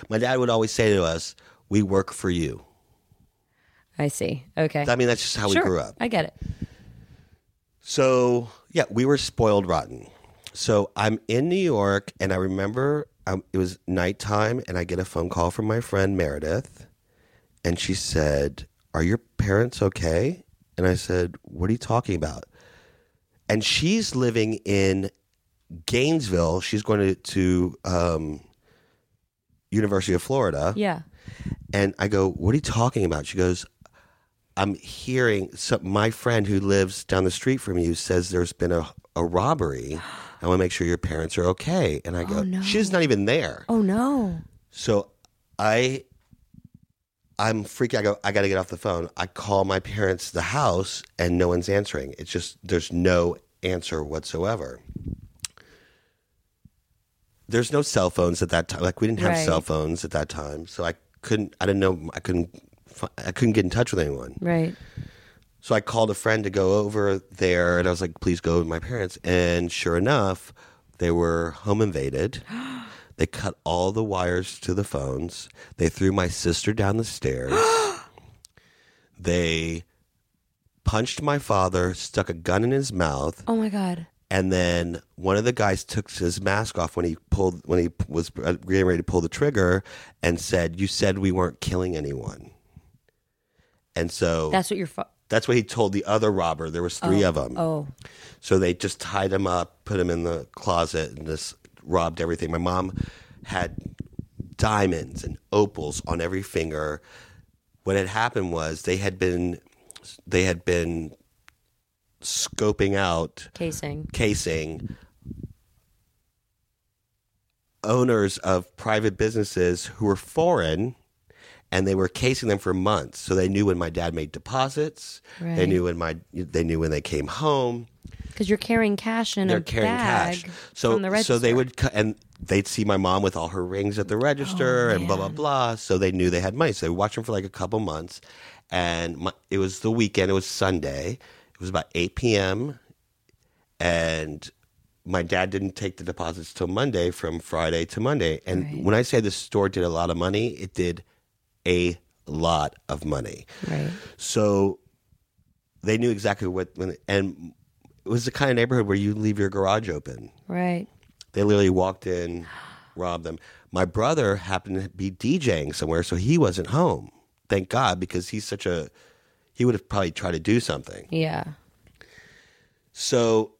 [SPEAKER 2] My dad would always say to us, "We work for you."
[SPEAKER 1] I see. Okay.
[SPEAKER 2] I mean, that's just how
[SPEAKER 1] sure.
[SPEAKER 2] we grew up.
[SPEAKER 1] I get it.
[SPEAKER 2] So yeah, we were spoiled rotten. So I'm in New York, and I remember um, it was nighttime, and I get a phone call from my friend Meredith, and she said, "Are your parents okay?" And I said, "What are you talking about?" And she's living in Gainesville. She's going to to um, University of Florida.
[SPEAKER 1] Yeah.
[SPEAKER 2] And I go, What are you talking about? She goes, I'm hearing so my friend who lives down the street from you says there's been a, a robbery. I want to make sure your parents are okay. And I go, She's not even there.
[SPEAKER 1] Oh no.
[SPEAKER 2] So I I'm freaking I go, I gotta get off the phone. I call my parents the house and no one's answering. It's just there's no answer whatsoever. There's no cell phones at that time. Like we didn't have
[SPEAKER 1] Right.
[SPEAKER 2] cell phones at that time. So I couldn't I didn't know I couldn't fi- I couldn't get in touch with anyone.
[SPEAKER 1] Right.
[SPEAKER 2] So I called a friend to go over there, and I was like, "Please go with my parents." And sure enough, they were home invaded. they cut all the wires to the phones. They threw my sister down the stairs. they punched my father, stuck a gun in his mouth,
[SPEAKER 1] Oh my god.
[SPEAKER 2] and then one of the guys took his mask off when he pulled when he was uh, getting ready to pull the trigger, and said, "You said we weren't killing anyone." And so
[SPEAKER 1] That's what your fa-
[SPEAKER 2] that's what he told the other robber. There was three of them.
[SPEAKER 1] Oh.
[SPEAKER 2] So they just tied him up, put him in the closet, and just robbed everything. My mom had diamonds and opals on every finger. What had happened was they had been they had been scoping out
[SPEAKER 1] Casing.
[SPEAKER 2] casing owners of private businesses who were foreign and they were casing them for months so they knew when my dad made deposits they
[SPEAKER 1] Right.
[SPEAKER 2] knew when my they knew when they came home
[SPEAKER 1] Because you're carrying cash in
[SPEAKER 2] they're
[SPEAKER 1] a
[SPEAKER 2] carrying
[SPEAKER 1] bag
[SPEAKER 2] cash so
[SPEAKER 1] from the register. Oh,
[SPEAKER 2] so they would cu- and they'd see my mom with all her rings at the register and blah blah blah so they knew they had money so they watched them for like a couple months and my, it was the weekend it was sunday it was about 8 p.m and my dad didn't take the deposits till Monday from Friday to Monday. And when I say the store did a lot of money, it did a lot of money.
[SPEAKER 1] Right.
[SPEAKER 2] So they knew exactly what when and it was the kind of neighborhood where you leave your garage open.
[SPEAKER 1] Right.
[SPEAKER 2] They literally walked in, robbed them. My brother happened to be DJing somewhere, so he wasn't home. Thank God, because he's such a he would have probably tried to do something.
[SPEAKER 1] Yeah.
[SPEAKER 2] So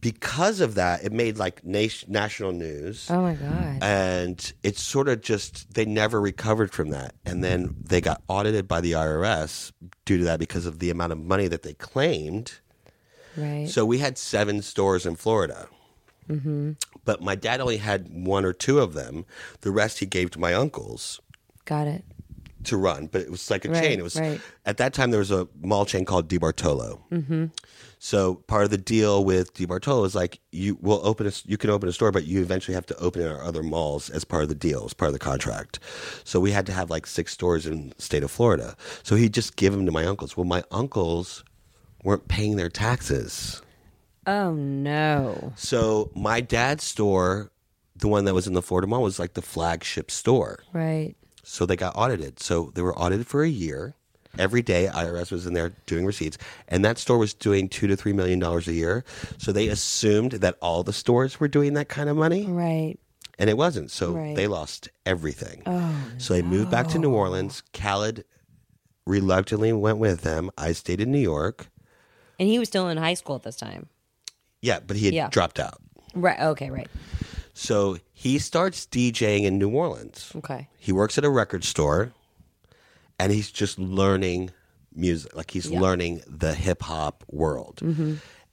[SPEAKER 2] because of that, it made like nation, national news.
[SPEAKER 1] Oh my god.
[SPEAKER 2] And it's sort of just, they never recovered from that. And then they got audited by the IRS due to that because of the amount of money that they claimed.
[SPEAKER 1] Right.
[SPEAKER 2] So we had seven stores in Florida. Mm-hmm. But my dad only had one or two of them. The rest he gave to my uncles
[SPEAKER 1] Got it.
[SPEAKER 2] to run, but it was like a
[SPEAKER 1] Right,
[SPEAKER 2] chain. It was
[SPEAKER 1] right.
[SPEAKER 2] at that time there was a mall chain called Di Bartolo. Mm-hmm. So part of the deal with Di Bartolo is like you will open a, s- you can open a store, but you eventually have to open it in our other malls as part of the deal, as part of the contract. So we had to have like six stores in the state of Florida. So he'd just give them to my uncles. Well, my uncles weren't paying their taxes.
[SPEAKER 1] Oh no.
[SPEAKER 2] So my dad's store, the one that was in the Florida mall, was like the flagship store.
[SPEAKER 1] Right.
[SPEAKER 2] So they got audited. So they were audited for a year. Every day, IRS was in there doing receipts, and that store was doing two to three million dollars a year. So they assumed that all the stores were doing that kind of money,
[SPEAKER 1] Right.
[SPEAKER 2] and it wasn't. So
[SPEAKER 1] Right. Oh,
[SPEAKER 2] they lost everything. so they moved back to New Orleans. Khaled reluctantly went with them. I stayed in New York.
[SPEAKER 1] And he was still in high school at this time.
[SPEAKER 2] Yeah, but he had
[SPEAKER 1] Yeah.
[SPEAKER 2] dropped out.
[SPEAKER 1] Right. Okay. Right.
[SPEAKER 2] So he starts DJing in New Orleans.
[SPEAKER 1] Okay.
[SPEAKER 2] He works at a record store and he's just learning music. Like he's learning the hip hop world.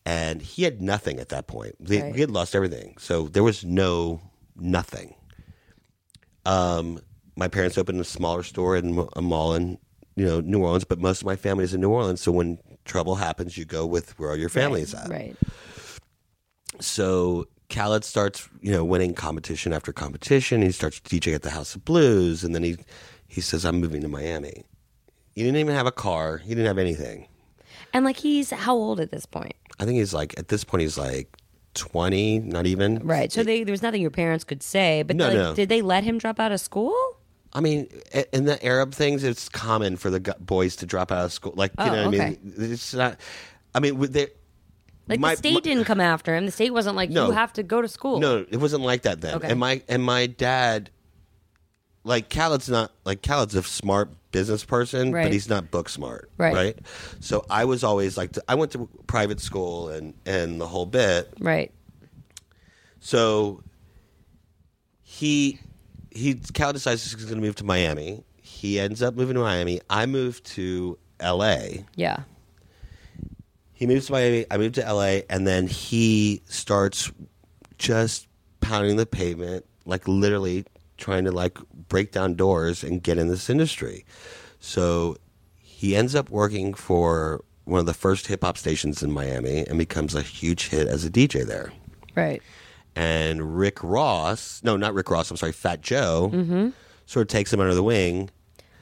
[SPEAKER 2] And he had nothing at that point. We, we had lost everything. So there was no nothing. Um, my parents opened a smaller store in a mall in you know New Orleans, but most of my family is in New Orleans. So when trouble happens, you go with where all your family is at.
[SPEAKER 1] Right.
[SPEAKER 2] So Khaled starts, you know, winning competition after competition. He starts DJing at the House of Blues, and then he he says, "I'm moving to Miami." He didn't even have a car. He didn't have anything.
[SPEAKER 1] And like he's how old at this point?
[SPEAKER 2] I think he's like at this point he's like twenty, not even.
[SPEAKER 1] Right. So they, there was nothing your parents could say. But
[SPEAKER 2] No,
[SPEAKER 1] like,
[SPEAKER 2] no.
[SPEAKER 1] did they let him drop out of school?
[SPEAKER 2] I mean, a- in the Arab things, it's common for the gu- boys to drop out of school. Like,
[SPEAKER 1] Oh,
[SPEAKER 2] you know, what I
[SPEAKER 1] okay.
[SPEAKER 2] mean, it's not. I mean, would they.
[SPEAKER 1] Like
[SPEAKER 2] my-
[SPEAKER 1] the state
[SPEAKER 2] my-
[SPEAKER 1] didn't come after him. The state wasn't like
[SPEAKER 2] No.
[SPEAKER 1] you have to go to school.
[SPEAKER 2] No, it wasn't like that then.
[SPEAKER 1] Okay.
[SPEAKER 2] And my and my dad, like Khaled's not like Khaled's a smart business person,
[SPEAKER 1] Right.
[SPEAKER 2] but he's not book smart,
[SPEAKER 1] Right.
[SPEAKER 2] So I was always like, I went to private school and and the whole bit.
[SPEAKER 1] Right.
[SPEAKER 2] So he he Cal decides he's going to move to Miami. He ends up moving to Miami. I moved to L.A.
[SPEAKER 1] Yeah.
[SPEAKER 2] He moves to Miami. I moved to L.A. And then he starts just pounding the pavement, like literally trying to like break down doors and get in this industry. So he ends up working for one of the first hip hop stations in Miami and becomes a huge hit as a DJ there
[SPEAKER 1] Right.
[SPEAKER 2] and Rick Ross, no, not Rick Ross, I'm sorry, Fat Joe, sort of takes him under the wing.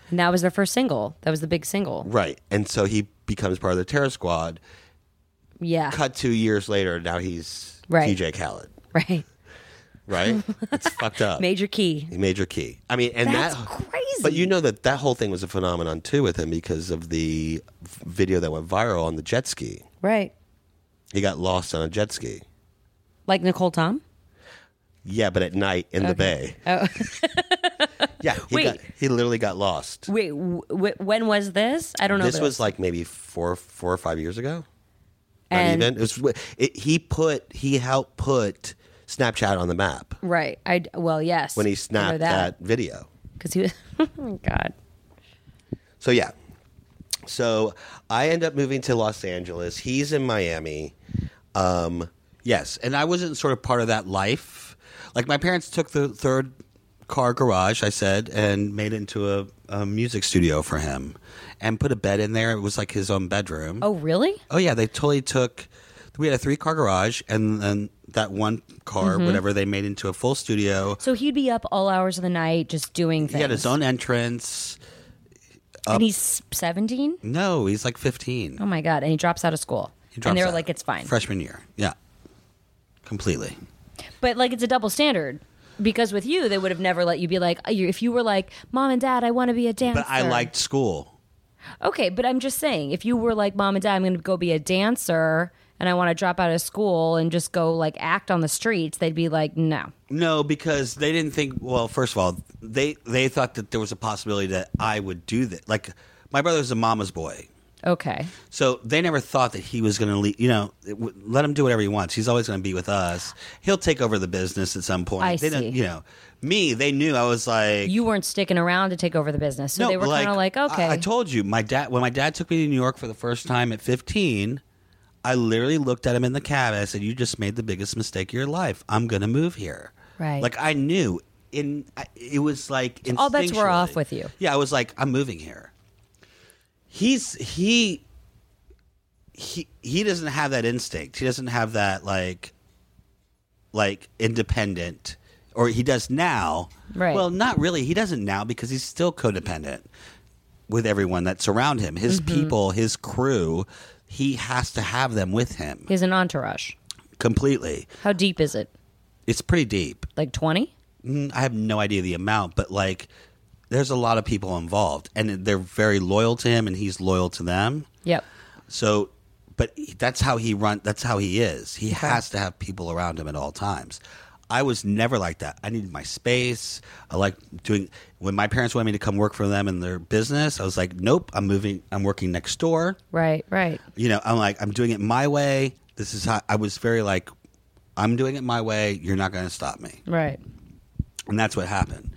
[SPEAKER 1] And that was their first single. That was the big single.
[SPEAKER 2] Right. And so he becomes part of the terror squad.
[SPEAKER 1] Yeah.
[SPEAKER 2] Cut two years later, now he's
[SPEAKER 1] Right.
[SPEAKER 2] TJ Khaled,
[SPEAKER 1] Right.
[SPEAKER 2] right? it's fucked up.
[SPEAKER 1] Major key.
[SPEAKER 2] Major key. I mean, and
[SPEAKER 1] That's
[SPEAKER 2] that.
[SPEAKER 1] crazy.
[SPEAKER 2] But you know that that whole thing was a phenomenon too with him because of the v- video that went viral on the jet ski.
[SPEAKER 1] Right.
[SPEAKER 2] He got lost on a jet ski.
[SPEAKER 1] Like Nicole Tom?
[SPEAKER 2] Yeah, but at night in the bay.
[SPEAKER 1] Oh.
[SPEAKER 2] yeah, he
[SPEAKER 1] Wait.
[SPEAKER 2] got he literally got lost.
[SPEAKER 1] Wait, w- w- when was this? I don't know.
[SPEAKER 2] this was like maybe four four or five years ago. Not
[SPEAKER 1] And-
[SPEAKER 2] even. It was it, he put he helped put Snapchat on the map
[SPEAKER 1] right. I well, yes.
[SPEAKER 2] when he snapped that. video.
[SPEAKER 1] because he was. oh my god.
[SPEAKER 2] So yeah. So I end up moving to Los Angeles. He's in Miami. Um, yes, and I wasn't sort of part of that life.
[SPEAKER 5] Like my parents took the third car garage, I said, and made it into a, a music studio for him, and put a bed in there. It was like his own bedroom.
[SPEAKER 1] Oh really?
[SPEAKER 5] Oh yeah, they totally took. We had a three car garage, and then that one car, whatever, they made into a full studio.
[SPEAKER 1] So he'd be up all hours of the night just doing things.
[SPEAKER 5] He had his own entrance.
[SPEAKER 1] and he's seventeen.
[SPEAKER 5] No, he's like fifteen.
[SPEAKER 1] Oh my god! And he drops out of school.
[SPEAKER 5] He drops
[SPEAKER 1] And they're
[SPEAKER 5] out.
[SPEAKER 1] like, it's fine.
[SPEAKER 5] Freshman year, yeah, completely.
[SPEAKER 1] But like, it's a double standard because with you, they would have never let you be like, you- if you were like, mom and dad, I want to be a dancer.
[SPEAKER 5] But I liked school.
[SPEAKER 1] Okay, but I'm just saying, if you were like, mom and dad, I'm going to go be a dancer and I want to drop out of school and just go like act on the streets, they'd be like, no.
[SPEAKER 5] No, because they didn't think. Well, first of all, they they thought that there was a possibility that I would do that. Like my brother's a mama's boy,
[SPEAKER 1] Okay.
[SPEAKER 5] so they never thought that he was going to leave. You know, it w- let him do whatever he wants. He's always going to be with us. He'll take over the business at some point.
[SPEAKER 1] I
[SPEAKER 5] they
[SPEAKER 1] see.
[SPEAKER 5] Don't, you know, me, they knew I was like.
[SPEAKER 1] You weren't sticking around to take over the business. So they were kind of like, okay.
[SPEAKER 5] I, I told you, my dad. When my dad took me to New York for the first time at 15, I literally looked at him in the cab and I said, "You just made the biggest mistake of your life. I'm going to move here."
[SPEAKER 1] Right.
[SPEAKER 5] Like I knew in. I- It was like
[SPEAKER 1] all bets were
[SPEAKER 5] instinctually.
[SPEAKER 1] off with you.
[SPEAKER 5] Yeah, I was like, I'm moving here. He's he. He, he doesn't have that instinct. He doesn't have that like like independent or he does now
[SPEAKER 1] Right.
[SPEAKER 5] well not really he doesn't now because he's still codependent with everyone that surround him his people his crew he has to have them with him
[SPEAKER 1] He's an entourage.
[SPEAKER 5] completely
[SPEAKER 1] How deep is it?
[SPEAKER 5] it's pretty deep
[SPEAKER 1] Like 20?
[SPEAKER 5] Mm, i have no idea the amount but like there's a lot of people involved and they're very loyal to him and he's loyal to them
[SPEAKER 1] Yep.
[SPEAKER 5] so, but that's how he run. That's how he is. He has to have people around him at all times. I was never like that. I needed my space. I like doing when my parents wanted me to come work for them in their business. I was like, nope. I'm moving. I'm working next door.
[SPEAKER 1] Right, right.
[SPEAKER 5] You know, I'm like, I'm doing it my way. This is how I was very like, I'm doing it my way. You're not going to stop me.
[SPEAKER 1] Right.
[SPEAKER 5] And that's what happened.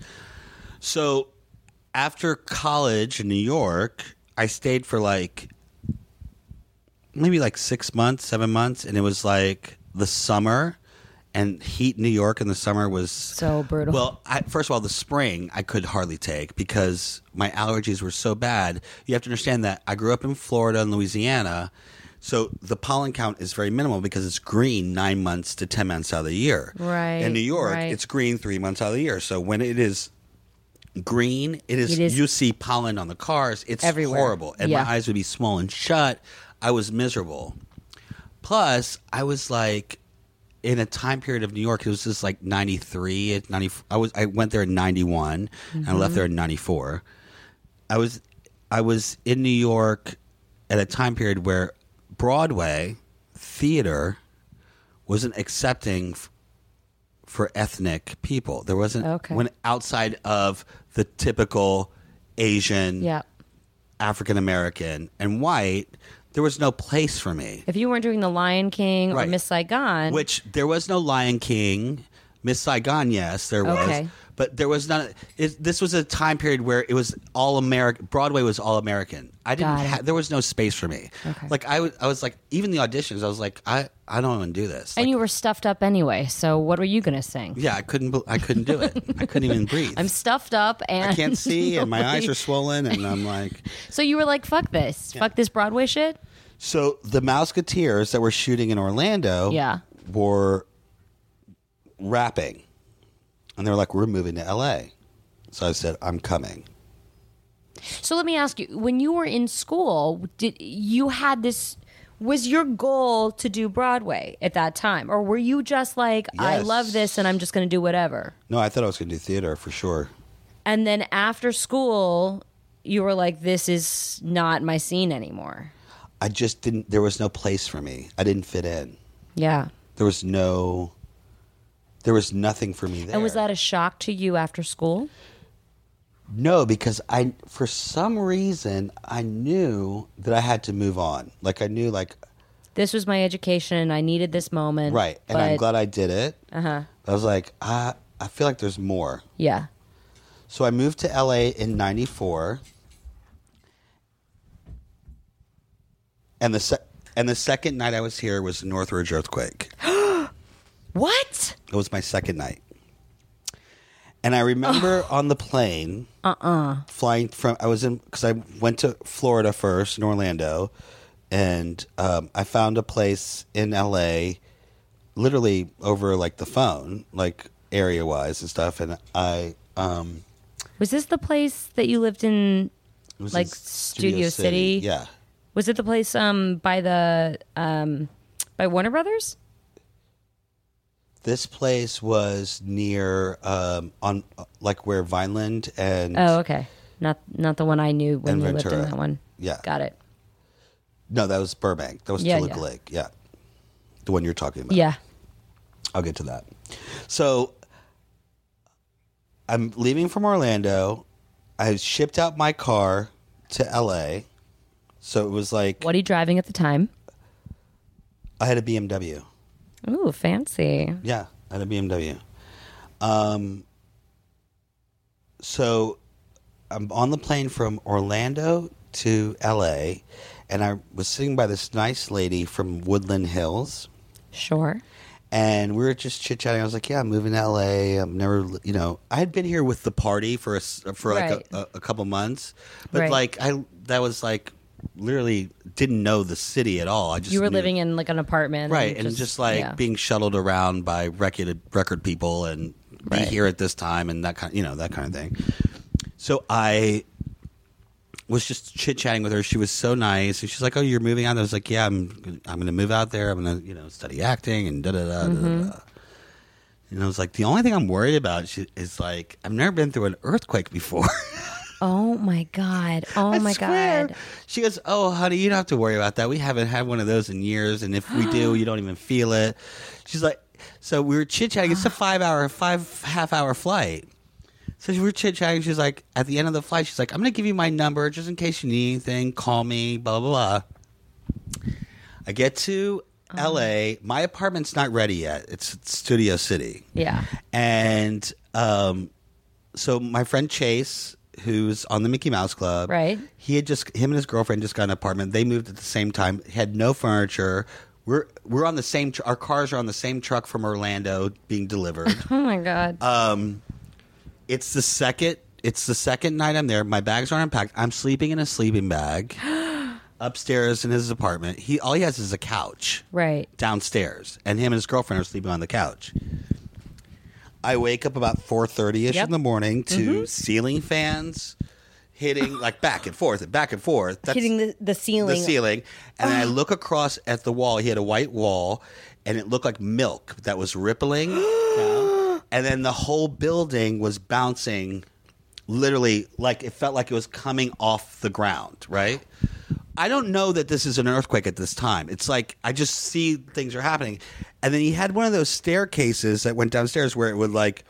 [SPEAKER 5] So after college in New York, I stayed for like maybe like six months, seven months, and it was like the summer and heat in New York in the summer was
[SPEAKER 1] So brutal.
[SPEAKER 5] Well, I, first of all, the spring I could hardly take because my allergies were so bad. You have to understand that I grew up in Florida and Louisiana.
[SPEAKER 2] So the pollen count is very minimal because it's green nine months to 10 months out of the year.
[SPEAKER 1] Right,
[SPEAKER 2] In New York,
[SPEAKER 1] right.
[SPEAKER 2] it's green three months out of the year. So when it is green, it is,
[SPEAKER 1] It is-
[SPEAKER 2] you see pollen on the cars. It's
[SPEAKER 1] Everywhere.
[SPEAKER 2] horrible. And
[SPEAKER 1] Yeah.
[SPEAKER 2] my eyes would be swollen shut. I was miserable. Plus, I was like, in a time period of New York, it was just like 93, at 90, I was, I went there in 91 and I
[SPEAKER 1] Mm-hmm.
[SPEAKER 2] left there in 94. I was, I was in New York at a time period where Broadway theater wasn't accepting f- for ethnic people. There wasn't,
[SPEAKER 1] Okay.
[SPEAKER 2] when outside of the typical Asian,
[SPEAKER 1] Yeah.
[SPEAKER 2] African American, and white, there was no place for me.
[SPEAKER 1] If you weren't doing The Lion King
[SPEAKER 2] Right.
[SPEAKER 1] or Miss Saigon,
[SPEAKER 2] Which there was no Lion King, Miss Saigon. Yes, there was,
[SPEAKER 1] Okay.
[SPEAKER 2] but there was none. It, this was a time period where it was all American. Broadway was all American. I didn't.
[SPEAKER 1] Got it.
[SPEAKER 2] Ha- there was no space for me.
[SPEAKER 1] Okay.
[SPEAKER 2] Like I, was- I was like even the auditions. I was like I, I don't even do this.
[SPEAKER 1] and
[SPEAKER 2] Like,
[SPEAKER 1] you were stuffed up anyway. So what were you gonna sing?
[SPEAKER 2] yeah, I couldn't. bel- I couldn't do it. I couldn't even breathe.
[SPEAKER 1] I'm stuffed up and
[SPEAKER 2] I can't see, and my eyes are swollen, and I'm like.
[SPEAKER 1] So you were like, "Fuck this, fuck this Broadway shit."
[SPEAKER 2] So the Mouseketeers that were shooting in Orlando
[SPEAKER 1] Yeah.
[SPEAKER 2] were rapping. And they were like, We're moving to LA. So I said, I'm coming.
[SPEAKER 1] So let me ask you: When you were in school, did you had this? Was your goal to do Broadway at that time, or were you just like, "I
[SPEAKER 2] Yes.
[SPEAKER 1] love this and I'm just going to do whatever"?
[SPEAKER 2] No, I thought I was gonna do theater for sure.
[SPEAKER 1] And then after school, you were like, "This is not my scene anymore."
[SPEAKER 2] I just didn't there was no place for me. I didn't fit in.
[SPEAKER 1] Yeah.
[SPEAKER 2] There was no there was nothing for me there.
[SPEAKER 1] And was that a shock to you after school?
[SPEAKER 2] No, because I for some reason I knew that I had to move on. Like I knew like
[SPEAKER 1] This was my education. I needed this moment.
[SPEAKER 2] right. And I'm
[SPEAKER 1] but-
[SPEAKER 2] glad I did it. Uh-huh. I was like, I I feel like there's more.
[SPEAKER 1] Yeah.
[SPEAKER 2] So I moved to LA in 94. And the se- and the second night I was here was Northridge earthquake.
[SPEAKER 1] What?
[SPEAKER 2] It was my second night. And I remember on the plane flying from I was in cuz I went to Florida first in Orlando and um, I found a place in LA literally over like the phone like area wise and stuff and I um
[SPEAKER 1] Was this the place that you lived in?
[SPEAKER 2] It was
[SPEAKER 1] Like
[SPEAKER 2] in
[SPEAKER 1] Studio City?
[SPEAKER 2] Yeah.
[SPEAKER 1] Was it the place um by the um by Warner Brothers?
[SPEAKER 2] This place was near um, on like where Vineland and
[SPEAKER 1] Oh, okay. Not not the one I knew when
[SPEAKER 2] And
[SPEAKER 1] we lived in
[SPEAKER 2] Ventura. Uh,
[SPEAKER 1] that one.
[SPEAKER 2] Yeah.
[SPEAKER 1] Got it.
[SPEAKER 2] no, that was Burbank. That was
[SPEAKER 1] Yeah,
[SPEAKER 2] Toluca
[SPEAKER 1] yeah.
[SPEAKER 2] Lake. Yeah, the one you're talking about.
[SPEAKER 1] Yeah.
[SPEAKER 2] I'll get to that. So I'm leaving from Orlando. I shipped out my car to LA. So it was like
[SPEAKER 1] What are you driving at the time?
[SPEAKER 2] I had a BMW.
[SPEAKER 1] Ooh, fancy.
[SPEAKER 2] Yeah, I had a BMW. Um, so I'm on the plane from Orlando to LA, and I was sitting by this nice lady from Woodland Hills,
[SPEAKER 1] Sure.
[SPEAKER 2] and we were just chit chatting. I was like, "Yeah, I'm moving to LA. I'm never, you know, I had been here with the party for a, s- for like
[SPEAKER 1] Right.
[SPEAKER 2] a, a, a couple months, but
[SPEAKER 1] Right.
[SPEAKER 2] like I that was like literally didn't know the city at all. I just
[SPEAKER 1] You were
[SPEAKER 2] knew-
[SPEAKER 1] living in like an apartment.
[SPEAKER 2] right and just, like
[SPEAKER 1] yeah.
[SPEAKER 2] being shuttled around by record record people and
[SPEAKER 1] Right.
[SPEAKER 2] be here at this time and that kind you know that kind of thing so i was just chit chatting with her she was so nice and she's like oh you're moving out i was like yeah i'm i'm gonna move out there i'm gonna you know study acting and da da da da da and i was like the only thing i'm worried about she- is like i've never been through an earthquake before
[SPEAKER 1] Oh my god. Oh
[SPEAKER 2] I
[SPEAKER 1] my
[SPEAKER 2] swear.
[SPEAKER 1] god.
[SPEAKER 2] She goes, "Oh, honey, you don't have to worry about that. We haven't had one of those in years, and if we do, you don't even feel it." She's like, "So we were chit chatting. It's a five hour, five half hour flight." So we were chit chatting. She's like, at the end of the flight, she's like, "I'm gonna give you my number just in case you need anything. Call me." Blah blah blah. I get to
[SPEAKER 1] Uh-huh.
[SPEAKER 2] L.A. My apartment's not ready yet. It's Studio City.
[SPEAKER 1] Yeah.
[SPEAKER 2] And um, so my friend Chase, who's on the Mickey Mouse Club,
[SPEAKER 1] Right.
[SPEAKER 2] He had just him and his girlfriend just got an apartment. They moved at the same time. Had no furniture. We're we're on the same. Tr- our cars are on the same truck from Orlando being delivered.
[SPEAKER 1] Oh my god.
[SPEAKER 2] it's the second. It's the second night I'm there. My bags are unpacked. I'm sleeping in a sleeping bag. upstairs in his apartment. He all he has is a couch
[SPEAKER 1] Right.
[SPEAKER 2] downstairs, and him and his girlfriend are sleeping on the couch. I wake up about four thirty ish
[SPEAKER 1] Yep. Mm-hmm.
[SPEAKER 2] in the morning to ceiling fans hitting like back and forth and back and forth. That's
[SPEAKER 1] Hitting the, the
[SPEAKER 2] the
[SPEAKER 1] ceiling.
[SPEAKER 2] ceiling, and I look across at the wall. He had a white wall, and it looked like milk that was rippling, down. and then the whole building was bouncing, literally like it felt like it was coming off the ground. Right? I don't know that this is an earthquake at this time. It's like I just see things are happening, and then he had one of those staircases that went downstairs where it would like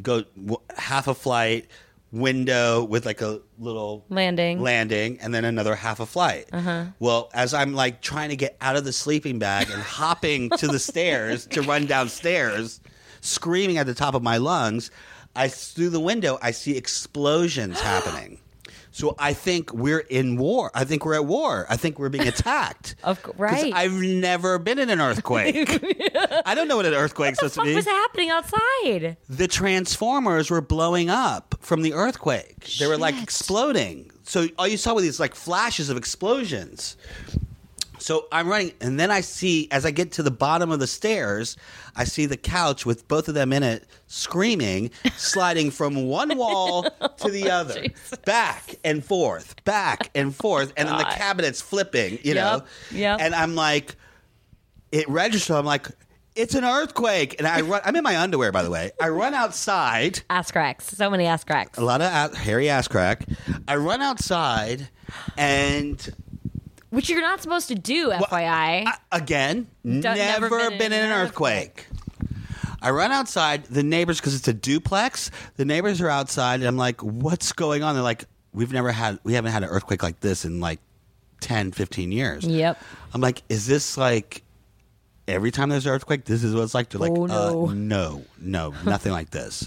[SPEAKER 2] go w- half a flight window with like a little
[SPEAKER 1] Landing.
[SPEAKER 2] landing and then another half a flight uh-huh. well as i'm like trying to get out of the sleeping bag and hopping to the stairs to run downstairs screaming at the top of my lungs i through the window i see explosions happening so i think we're in war i think we're at war i think we're being attacked
[SPEAKER 1] Of cou-
[SPEAKER 2] 'Cause
[SPEAKER 1] right.
[SPEAKER 2] i've never been in an earthquake i don't know what an earthquake's
[SPEAKER 1] What the fuck
[SPEAKER 2] supposed to be
[SPEAKER 1] was happening outside?
[SPEAKER 2] the transformers were blowing up from the earthquake. They were like exploding. So all you saw were these like flashes of explosions. So I'm running, and then I see as I get to the bottom of the stairs, I see the couch with both of them in it screaming, sliding from one wall to the other, back and forth, back and forth, and then the cabinets flipping, you know?
[SPEAKER 1] yep.
[SPEAKER 2] And I'm like, it registered. I'm like, it's an earthquake. And I run, I'm in my underwear, by the way. I run outside
[SPEAKER 1] Ass cracks. So many ass cracks.
[SPEAKER 2] a lot of ass, hairy ass crack. I run outside, and
[SPEAKER 1] Which you're not supposed to do, FYI.
[SPEAKER 2] I- again, Eh. never,
[SPEAKER 1] never
[SPEAKER 2] been, in an earthquake. I run outside. The neighbors, because it's a duplex, the neighbors are outside, and I'm like, "What's going on?" They're like, "We've never had, we haven't had an earthquake like this in like 10, 15 years."
[SPEAKER 1] Yep.
[SPEAKER 2] I'm like, "Is this like?" Every time there's an earthquake, this is what it's like. They're like,
[SPEAKER 1] Oh, no.
[SPEAKER 2] uh, no, no, nothing like this.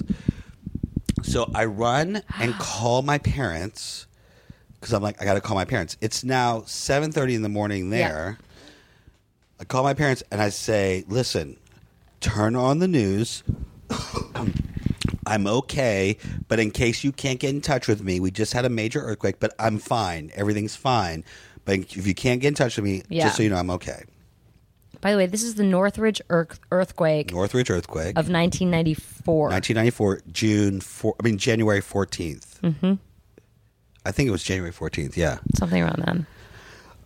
[SPEAKER 2] So I run and call my parents because I'm like, I got to call my parents. It's now 7:30 in the morning there. I call my parents and I say, "Listen, turn on the news. I'm okay, but in case you can't get in touch with me, we just had a major earthquake, but I'm fine. Everything's fine. But if you can't get in touch with me,
[SPEAKER 1] Yeah.
[SPEAKER 2] just so you know, I'm okay."
[SPEAKER 1] By the way, this is the Northridge earth- earthquake
[SPEAKER 2] Northridge earthquake.
[SPEAKER 1] of 1994.
[SPEAKER 2] 1994 June 4 I mean January 14th. Mm-hmm. I think it was January 14th, yeah.
[SPEAKER 1] Something around then.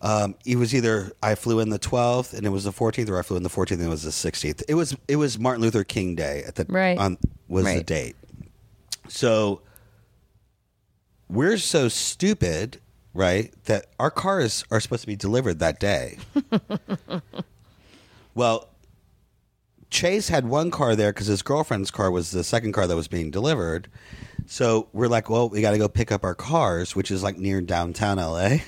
[SPEAKER 2] Um, it was either I flew in the 12th and it was the 14th or I flew in the 14th and it was the 16th. It was it was Martin Luther King Day at the
[SPEAKER 1] Right.
[SPEAKER 2] on was the
[SPEAKER 1] Right.
[SPEAKER 2] date. So we're so stupid, right, that our cars are supposed to be delivered that day. well, Chase had one car there because his girlfriend's car was the second car that was being delivered. So we're like, well, we got to go pick up our cars, which is like near downtown LA.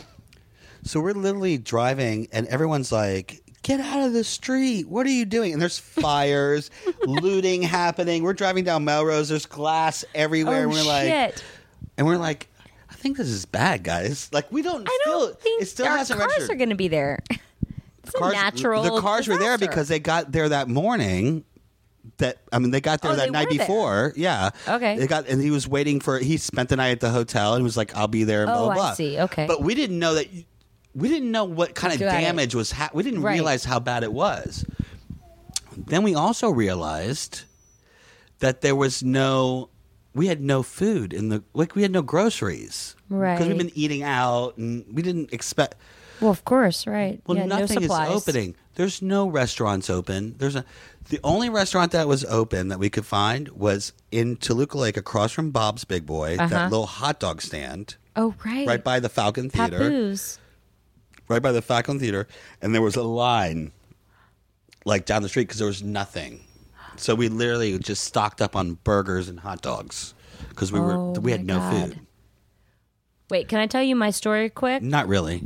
[SPEAKER 2] so we're literally driving, and everyone's like, get out of the street. What are you doing? And there's fires, looting happening. We're driving down Melrose, there's glass everywhere. and
[SPEAKER 1] oh,
[SPEAKER 2] we're
[SPEAKER 1] shit.
[SPEAKER 2] like, and we're like, I think this is bad, guys. Like we don't.
[SPEAKER 1] I
[SPEAKER 2] still,
[SPEAKER 1] don't think
[SPEAKER 2] it still
[SPEAKER 1] our
[SPEAKER 2] hasn't
[SPEAKER 1] cars
[SPEAKER 2] registered.
[SPEAKER 1] are going to be there. It's a natural
[SPEAKER 2] The cars were there
[SPEAKER 1] disaster.
[SPEAKER 2] because they got there that morning. That I mean, they got there
[SPEAKER 1] Oh,
[SPEAKER 2] that
[SPEAKER 1] they
[SPEAKER 2] night
[SPEAKER 1] were there.
[SPEAKER 2] before. Yeah.
[SPEAKER 1] Okay.
[SPEAKER 2] They got and he was waiting for. He spent the night at the hotel and was like, "I'll be there." And blah
[SPEAKER 1] Oh,
[SPEAKER 2] blah.
[SPEAKER 1] I
[SPEAKER 2] blah.
[SPEAKER 1] see. Okay.
[SPEAKER 2] But we didn't know that. We didn't know what kind of
[SPEAKER 1] Got it.
[SPEAKER 2] damage was. Ha- we didn't
[SPEAKER 1] Right.
[SPEAKER 2] realize how bad it was. Then we also realized that there was no. We had no food in the like. We had no groceries. Because we've
[SPEAKER 1] Right.
[SPEAKER 2] been eating out and we didn't expect.
[SPEAKER 1] Well, of course, right.
[SPEAKER 2] Well,
[SPEAKER 1] yeah,
[SPEAKER 2] nothing
[SPEAKER 1] no supplies.
[SPEAKER 2] is opening. There's no restaurants open. There's a, the only restaurant that was open that we could find was in Toluca Lake, across from Bob's Big Boy,
[SPEAKER 1] Uh-huh.
[SPEAKER 2] that little hot dog stand
[SPEAKER 1] Oh, right.
[SPEAKER 2] right by the Falcon Theater,
[SPEAKER 1] Papoose.
[SPEAKER 2] right by the Falcon Theater, and there was a line like down the street because there was nothing. So we literally just stocked up on burgers and hot dogs because we
[SPEAKER 1] Oh,
[SPEAKER 2] were we had
[SPEAKER 1] my
[SPEAKER 2] no
[SPEAKER 1] God.
[SPEAKER 2] food.
[SPEAKER 1] Wait, can I tell you my story quick?
[SPEAKER 2] Not really.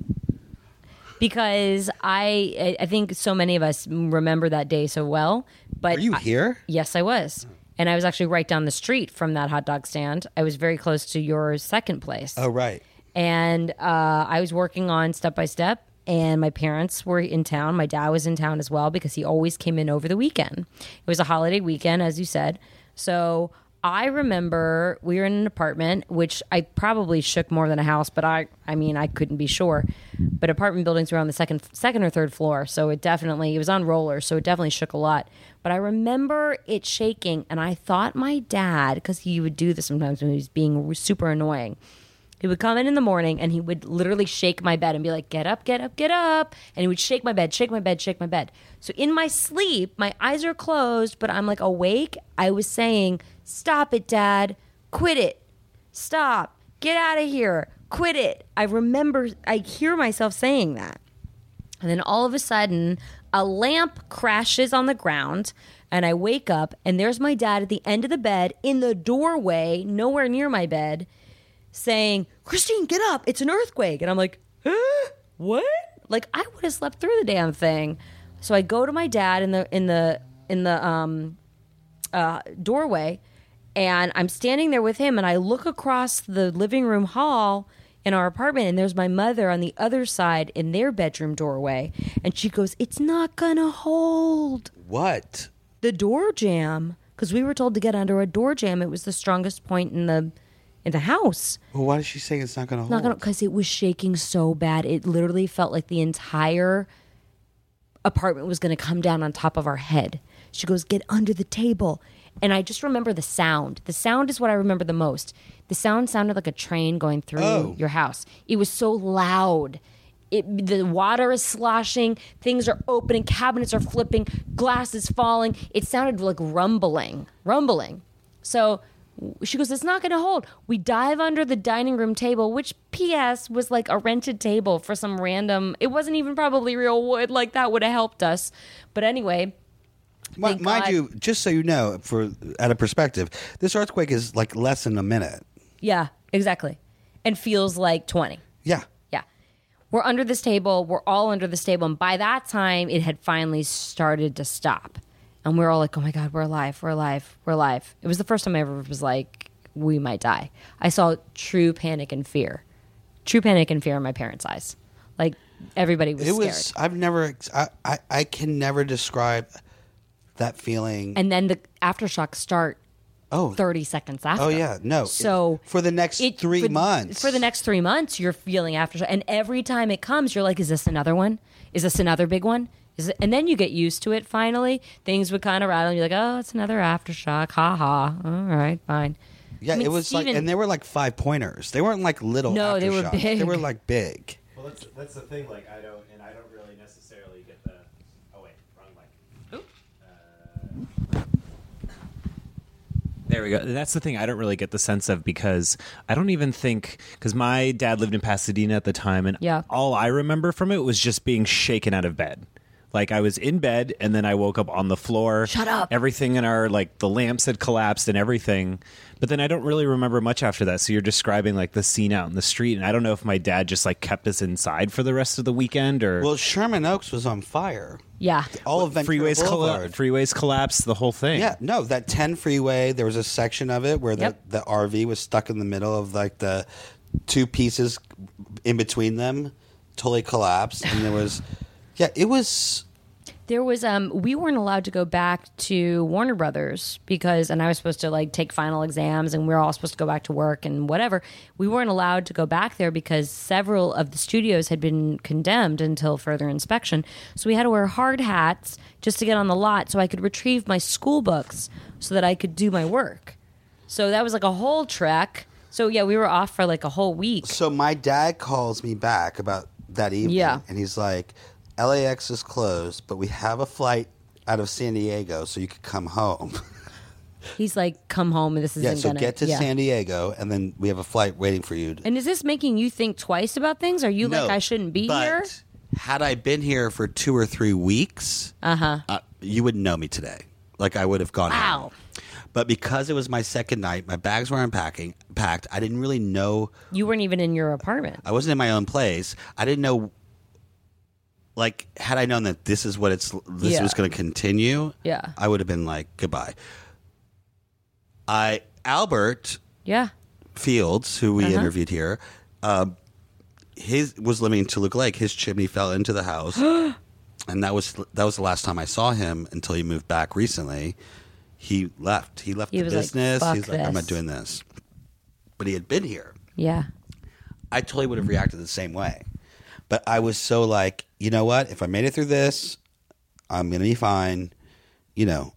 [SPEAKER 1] Because I, I I think so many of us remember that day so well. But
[SPEAKER 2] Are you
[SPEAKER 1] I-
[SPEAKER 2] here?
[SPEAKER 1] Yes, I was. And I was actually right down the street from that hot dog stand. I was very close to your second place.
[SPEAKER 2] Oh right.
[SPEAKER 1] And uh, I was working on Step by Step, and my parents were in town. My dad was in town as well because he always came in over the weekend. It was a holiday weekend, as you said. So I remember we were in an apartment, which I probably shook more than a house, but I, I mean, I couldn't be sure. But apartment buildings were on the second, second or third floor, so it definitely it was on rollers, so it definitely shook a lot. But I remember it shaking, and I thought my dad, because he would do this sometimes when he was being super annoying. He would come in in the morning and he would literally shake my bed and be like, "Get up, get up, get up!" And he would shake my bed, shake my bed, shake my bed. So in my sleep, my eyes are closed, but I'm like awake. I was saying, "Stop it, Dad! Quit it! Stop! Get out of here! Quit it!" I remember, I hear myself saying that. And then all of a sudden, a lamp crashes on the ground, and I wake up, and there's my dad at the end of the bed in the doorway, nowhere near my bed, saying, Christine, get up. It's an earthquake. And I'm like, huh? what? Like I would have slept through the damn thing. So I go to my dad in the in the in the um uh doorway and I'm standing there with him and I look across the living room hall in our apartment and there's my mother on the other side in their bedroom doorway and she goes, It's not gonna hold
[SPEAKER 6] What?
[SPEAKER 1] the door jam because we were told to get under a door jam. It was the strongest point in the in the house.
[SPEAKER 2] Well, why is she saying it's not going to hold?
[SPEAKER 1] Not gonna because it was shaking so bad. It literally felt like the entire apartment was gonna come down on top of our head. She goes, "Get under the table," and I just remember the sound. The sound is what I remember the most. The sound sounded like a train going through your house. It was so loud. It, the water is sloshing, things are opening, cabinets are flipping, glass is falling. It sounded like rumbling, rumbling. So she goes, It's not going to hold. We dive under the dining room table, which, P.S., was like a rented table for some random, it wasn't even probably real wood. Like that would have helped us. But anyway,
[SPEAKER 2] Mi-
[SPEAKER 1] Thank
[SPEAKER 2] mind
[SPEAKER 1] God.
[SPEAKER 2] you, just so you know, for out of perspective, this earthquake is like less than a minute.
[SPEAKER 1] yeah, exactly. And feels like 20.
[SPEAKER 2] Yeah.
[SPEAKER 1] Yeah. We're under this table. We're all under this table. And by that time, it had finally started to stop. And we are all like, oh my God, we're alive. We're alive. We're alive. It was the first time I ever was like, we might die. I saw true panic and fear. True panic and fear in my parents' eyes. Like everybody was
[SPEAKER 2] It
[SPEAKER 1] scared.
[SPEAKER 2] was. I've never. ex- I, I. I can never describe that feeling.
[SPEAKER 1] and then the aftershocks start
[SPEAKER 2] Oh.
[SPEAKER 1] 30 seconds after.
[SPEAKER 2] oh yeah. No.
[SPEAKER 1] So
[SPEAKER 2] for the next
[SPEAKER 1] it-
[SPEAKER 2] three
[SPEAKER 1] for-
[SPEAKER 2] months.
[SPEAKER 1] For the next three months, you're feeling aftershock, and every time it comes, you're like, "Is this another one? Is this another big one?" Is it, and then you get used to it. Finally, things would kind of rattle, and you're like, "Oh, it's another aftershock." Ha ha. All right, fine.
[SPEAKER 2] Yeah.
[SPEAKER 1] I mean,
[SPEAKER 2] it was like,
[SPEAKER 1] Steven-
[SPEAKER 2] and they were like five pointers. They weren't like little.
[SPEAKER 1] No, they were
[SPEAKER 2] aftershocks. They
[SPEAKER 1] big.
[SPEAKER 2] were like big.
[SPEAKER 4] Well, that's, that's the thing. Like, I don't, and I don't really necessarily get the. Oh wait, wrong mic. Uh, There we go. That's the thing I don't really get the sense of because I don't even think because my dad lived in Pasadena at the time, and
[SPEAKER 1] Yeah.
[SPEAKER 4] all I remember from it was just being shaken out of bed. Like I was in bed, and then I woke up on the floor.
[SPEAKER 1] Shut up.
[SPEAKER 4] Everything in our like the lamps had collapsed and everything, but then I don't really remember much after that. So you're describing like the scene out in the street, and I don't know if my dad just like kept us inside for the rest of the weekend or
[SPEAKER 2] Well, Sherman Oaks was on fire.
[SPEAKER 1] Yeah.
[SPEAKER 2] All of Ventura
[SPEAKER 4] freeways colla-
[SPEAKER 2] Boulevard.
[SPEAKER 4] freeways collapsed, the whole thing.
[SPEAKER 2] Yeah, no, that 10 freeway, there was a section of it where the,
[SPEAKER 1] Yep.
[SPEAKER 2] the RV was stuck in the middle of like the two pieces in between them, totally collapsed. And there was, yeah, it was,
[SPEAKER 1] There was um we weren't allowed to go back to Warner Brothers because and I was supposed to like take final exams and we were all supposed to go back to work and whatever. We weren't allowed to go back there because several of the studios had been condemned until further inspection. So we had to wear hard hats just to get on the lot so I could retrieve my school books so that I could do my work. So that was like a whole trek. So yeah, we were off for like a whole week.
[SPEAKER 2] so my dad calls me back about that evening.
[SPEAKER 1] Yeah.
[SPEAKER 2] And he's like, LAX is closed, but we have a flight out of San Diego so you could come home.
[SPEAKER 1] He's like, "Come home, this isn't
[SPEAKER 2] yeah, so
[SPEAKER 1] gonna
[SPEAKER 2] get to
[SPEAKER 1] yeah.
[SPEAKER 2] San Diego and then we have a flight waiting for you.
[SPEAKER 1] And is this making you think twice about things? Are you like I shouldn't be
[SPEAKER 2] but
[SPEAKER 1] here?
[SPEAKER 2] Had I been here for two or three weeks, uh-huh. you wouldn't know me today. Like I would have gone.
[SPEAKER 1] Wow.
[SPEAKER 2] home. But because it was my second night, my bags were unpacking, packed. I didn't really know.
[SPEAKER 1] You weren't even in your apartment.
[SPEAKER 2] I wasn't in my own place. I didn't know. Like, had I known that this is what it's, this
[SPEAKER 1] Yeah.
[SPEAKER 2] was going to continue,
[SPEAKER 1] Yeah.
[SPEAKER 2] I would have been like, goodbye. I Albert
[SPEAKER 1] Yeah.
[SPEAKER 2] Fields, who
[SPEAKER 1] Uh-huh.
[SPEAKER 2] we interviewed here, um, his was living in Toluca Lake. His chimney fell into the house, and that was that was the last time I saw him until he moved back recently.
[SPEAKER 5] he left. He left
[SPEAKER 1] He
[SPEAKER 5] the
[SPEAKER 1] was like,
[SPEAKER 5] business.
[SPEAKER 1] "Fuck
[SPEAKER 5] He's like, I'm
[SPEAKER 1] this."
[SPEAKER 5] not doing this. But he had been here.
[SPEAKER 1] Yeah.
[SPEAKER 5] I totally would have reacted the same way. But I was so like, you know what? If I made it through this, I'm going to be fine. You know,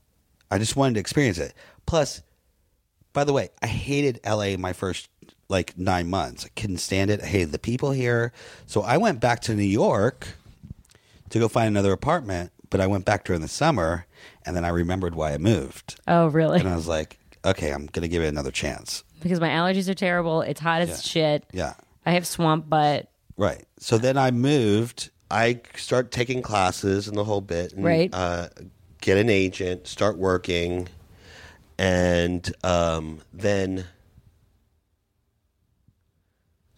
[SPEAKER 5] I just wanted to experience it. Plus, by the way, I hated LA my first like nine months. I couldn't stand it. I hated the people here. So I went back to New York to go find another apartment, but I went back during the summer and then I remembered why I moved.
[SPEAKER 1] Oh, really?
[SPEAKER 5] And I was like, okay, I'm going to give it another chance.
[SPEAKER 1] Because my allergies are terrible. It's hot as shit.
[SPEAKER 5] Yeah.
[SPEAKER 1] I have swamp butt.
[SPEAKER 5] Right. So then I moved
[SPEAKER 2] I start taking classes and the whole bit. And,
[SPEAKER 1] Right.
[SPEAKER 2] Uh, get an agent, start working, and um, then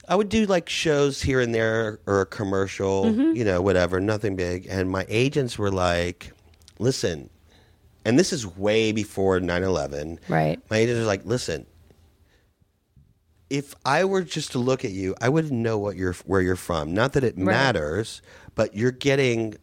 [SPEAKER 2] I would do like shows here and there or a commercial, you know, whatever, nothing big. And my agents were like, listen, and this is way before 9 11.
[SPEAKER 1] Right.
[SPEAKER 2] My agents were like, listen, if I were just to look at you, I wouldn't know what you're where you're from. Not that it matters, but you're getting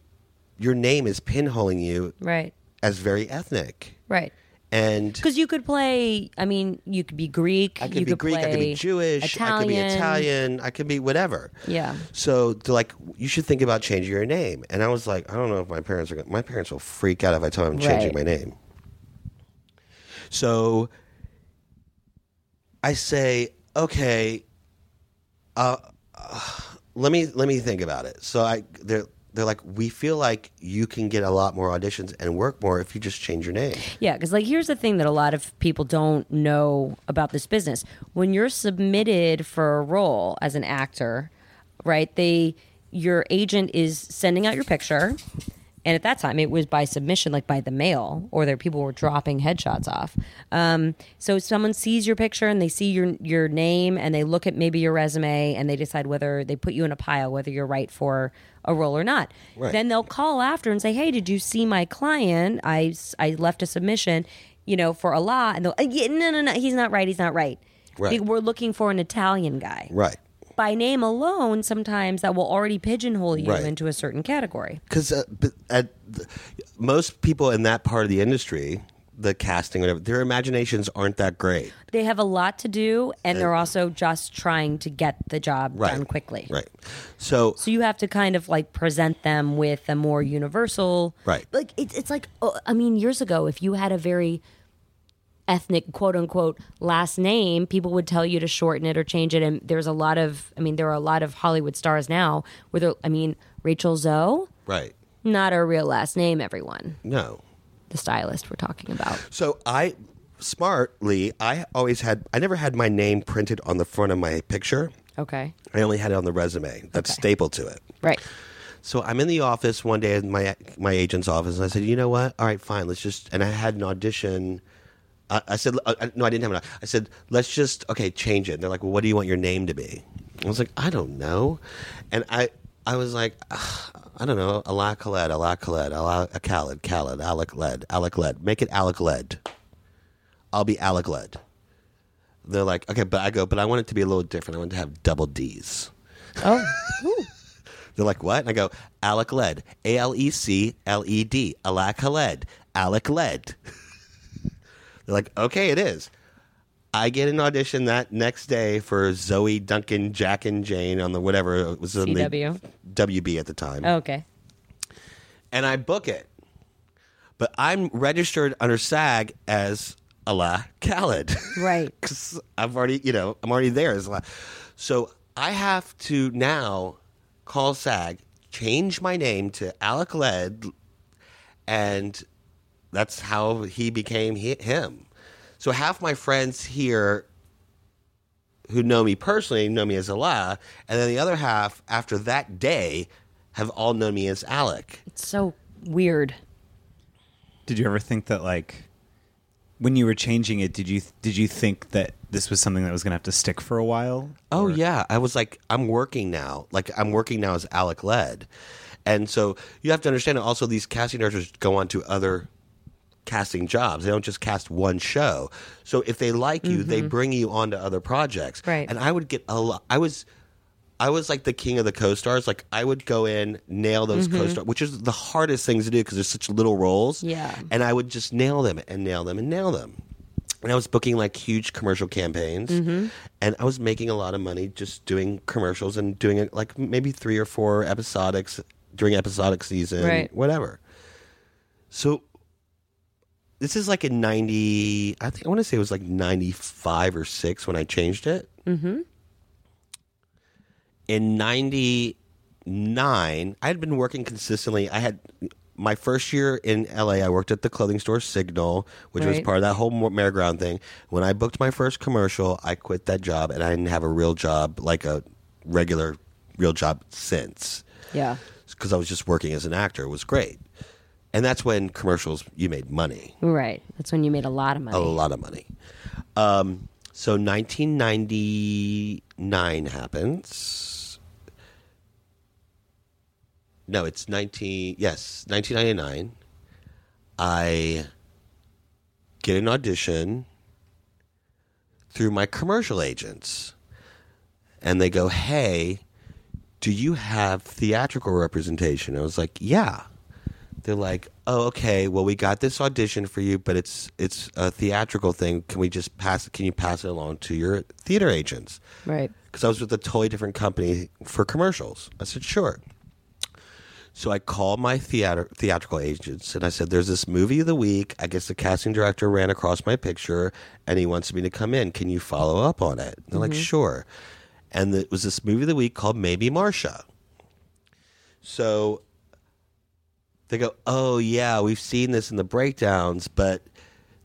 [SPEAKER 2] your name is pinholing you
[SPEAKER 1] Right.
[SPEAKER 2] as very ethnic.
[SPEAKER 1] Right.
[SPEAKER 2] And
[SPEAKER 1] Because you could play. I mean, you could be Greek.
[SPEAKER 2] I could
[SPEAKER 1] you
[SPEAKER 2] be
[SPEAKER 1] could
[SPEAKER 2] Greek, I could
[SPEAKER 1] play
[SPEAKER 2] be Jewish, I could be Italian, I could be whatever.
[SPEAKER 1] Yeah.
[SPEAKER 2] So they're like, you should think about changing your name. And I was like, I don't know if my parents are going to, my parents will freak out if I tell them I'm changing
[SPEAKER 1] Right.
[SPEAKER 2] my name. So I say, okay, uh, let me let me think about it. So I they're they're like, we feel like you can get a lot more auditions and work more if you just change your name.
[SPEAKER 1] Yeah, because like here's the thing that a lot of people don't know about this business. When you're submitted for a role as an actor, right? They your agent is sending out your picture, and at that time it was by submission, like by the mail, or their people were dropping headshots off. Um, so someone sees your picture and they see your your name and they look at maybe your resume and they decide whether they put you in a pile whether you're right for a role or not. Then they'll call after and say, "Hey, did you see my client? I s- I left a submission, you know, for a law." And they'll, "Uh, yeah, "No, no, no, he's not right. He's not right.
[SPEAKER 2] Right.
[SPEAKER 1] We're looking for an Italian guy."
[SPEAKER 2] Right.
[SPEAKER 1] By name alone, sometimes that will already pigeonhole you
[SPEAKER 2] Right.
[SPEAKER 1] into a certain category.
[SPEAKER 2] because uh, but at the, most people in that part of the industry, the casting, whatever, their imaginations aren't that great.
[SPEAKER 1] They have a lot to do, and they're also just trying to get the job
[SPEAKER 2] Right.
[SPEAKER 1] done quickly.
[SPEAKER 2] Right. So
[SPEAKER 1] So you have to kind of like present them with a more universal,
[SPEAKER 2] Right.
[SPEAKER 1] Like it's it's like oh, I mean, years ago, if you had a very ethnic quote unquote last name, people would tell you to shorten it or change it. And there's a lot of, I mean, there are a lot of Hollywood stars now where they're, I mean, Rachel Zoe,
[SPEAKER 2] right.
[SPEAKER 1] not her real last name. Everyone,
[SPEAKER 2] No.
[SPEAKER 1] the stylist we're talking about.
[SPEAKER 2] So I smartly, I always had, I never had my name printed on the front of my picture.
[SPEAKER 1] Okay,
[SPEAKER 2] I only had it on the resume. That's stapled to it.
[SPEAKER 1] right,
[SPEAKER 2] So I'm in the office one day in my my agent's office, and I said, "You know what? All right, fine. Let's just." And I had an audition. I, I said, uh, uh, "No, I didn't have an." au- I said, "Let's just okay, change it." And they're like, "Well, what do you want your name to be?" I was like, "I don't know," and I I was like, "Ugh, "I don't know." Ala Khaled, Ala Khaled, Ala Khaled, Khaled, Alec Led, Alec Led. Make it Alec Led. I'll be Alec Led. They're like, "Okay," but I go, "But I want it to be a little different. I want it to have double D's." They're like, what? And I go, Alec Led. A L E C L E D. Alec Led. Alec Led. They're like, okay, it is. I get an audition that next day for Zoe Duncan, Jack and Jane on the whatever it was on
[SPEAKER 1] CW?
[SPEAKER 2] the WB at the time.
[SPEAKER 1] okay,
[SPEAKER 2] And I book it. But I'm registered under SAG as Ala Khaled.
[SPEAKER 1] right,
[SPEAKER 2] because I've already, you know, I'm already there. It's a lot. So I have to now call SAG, change my name to Alec Led, and that's how he became hi him. So half my friends here who know me personally know me as Allah, and then the other half after that day have all known me as Alec.
[SPEAKER 1] it's so weird.
[SPEAKER 4] Did you ever think that like when you were changing it, did you did you think that this was something that was going to have to stick for a while?
[SPEAKER 2] Oh yeah, I was like, I'm working now. Like I'm working now as Alec Led, and so you have to understand. Also, these casting directors go on to other casting jobs. They don't just cast one show. So if they like you, they bring you on to other projects.
[SPEAKER 1] Right.
[SPEAKER 2] And I would get a lot. I was, I was like the king of the co-stars. Like I would go in, nail those co-stars, which is the hardest things to do because there's such little roles.
[SPEAKER 1] Yeah.
[SPEAKER 2] And I would just nail them and nail them and nail them. And I was booking like huge commercial campaigns,
[SPEAKER 1] Mm-hmm.
[SPEAKER 2] and I was making a lot of money just doing commercials and doing it like maybe three or four episodics during episodic season,
[SPEAKER 1] Right.
[SPEAKER 2] whatever. So this is like in 90 i think i want to say it was like 95 or 6 when i changed it mm-hmm. in 99 i had been working consistently i had my first year in la i worked at the clothing store signal which was
[SPEAKER 1] Right.
[SPEAKER 2] part of that whole mo- merry-go-round thing when i booked my first commercial i quit that job and i didn't have a real job like a regular real job since
[SPEAKER 1] Yeah.
[SPEAKER 2] because i was just working as an actor it was great and that's when commercials you made money
[SPEAKER 1] Right. That's when you made a lot of money.
[SPEAKER 2] a lot of money. Um, so 1999 happens. No, it's 19. Yes, 1999. I get an audition through my commercial agents, and they go, "Hey, do you have theatrical representation?" I was like, "Yeah." they're like, "Oh, okay. Well, we got this audition for you, but it's it's a theatrical thing. Can we just pass? Can you pass it along to your theater agents?"
[SPEAKER 1] Right.
[SPEAKER 2] Because I was with a totally different company for commercials. I said, "Sure." So I called my theater theatrical agents and I said, "There's this movie of the week. I guess the casting director ran across my picture and he wants me to come in. Can you follow up on it?" They're like, "Sure." And it was this movie of the week called Maybe Marsha. So they go, "Oh yeah, we've seen this in the breakdowns, but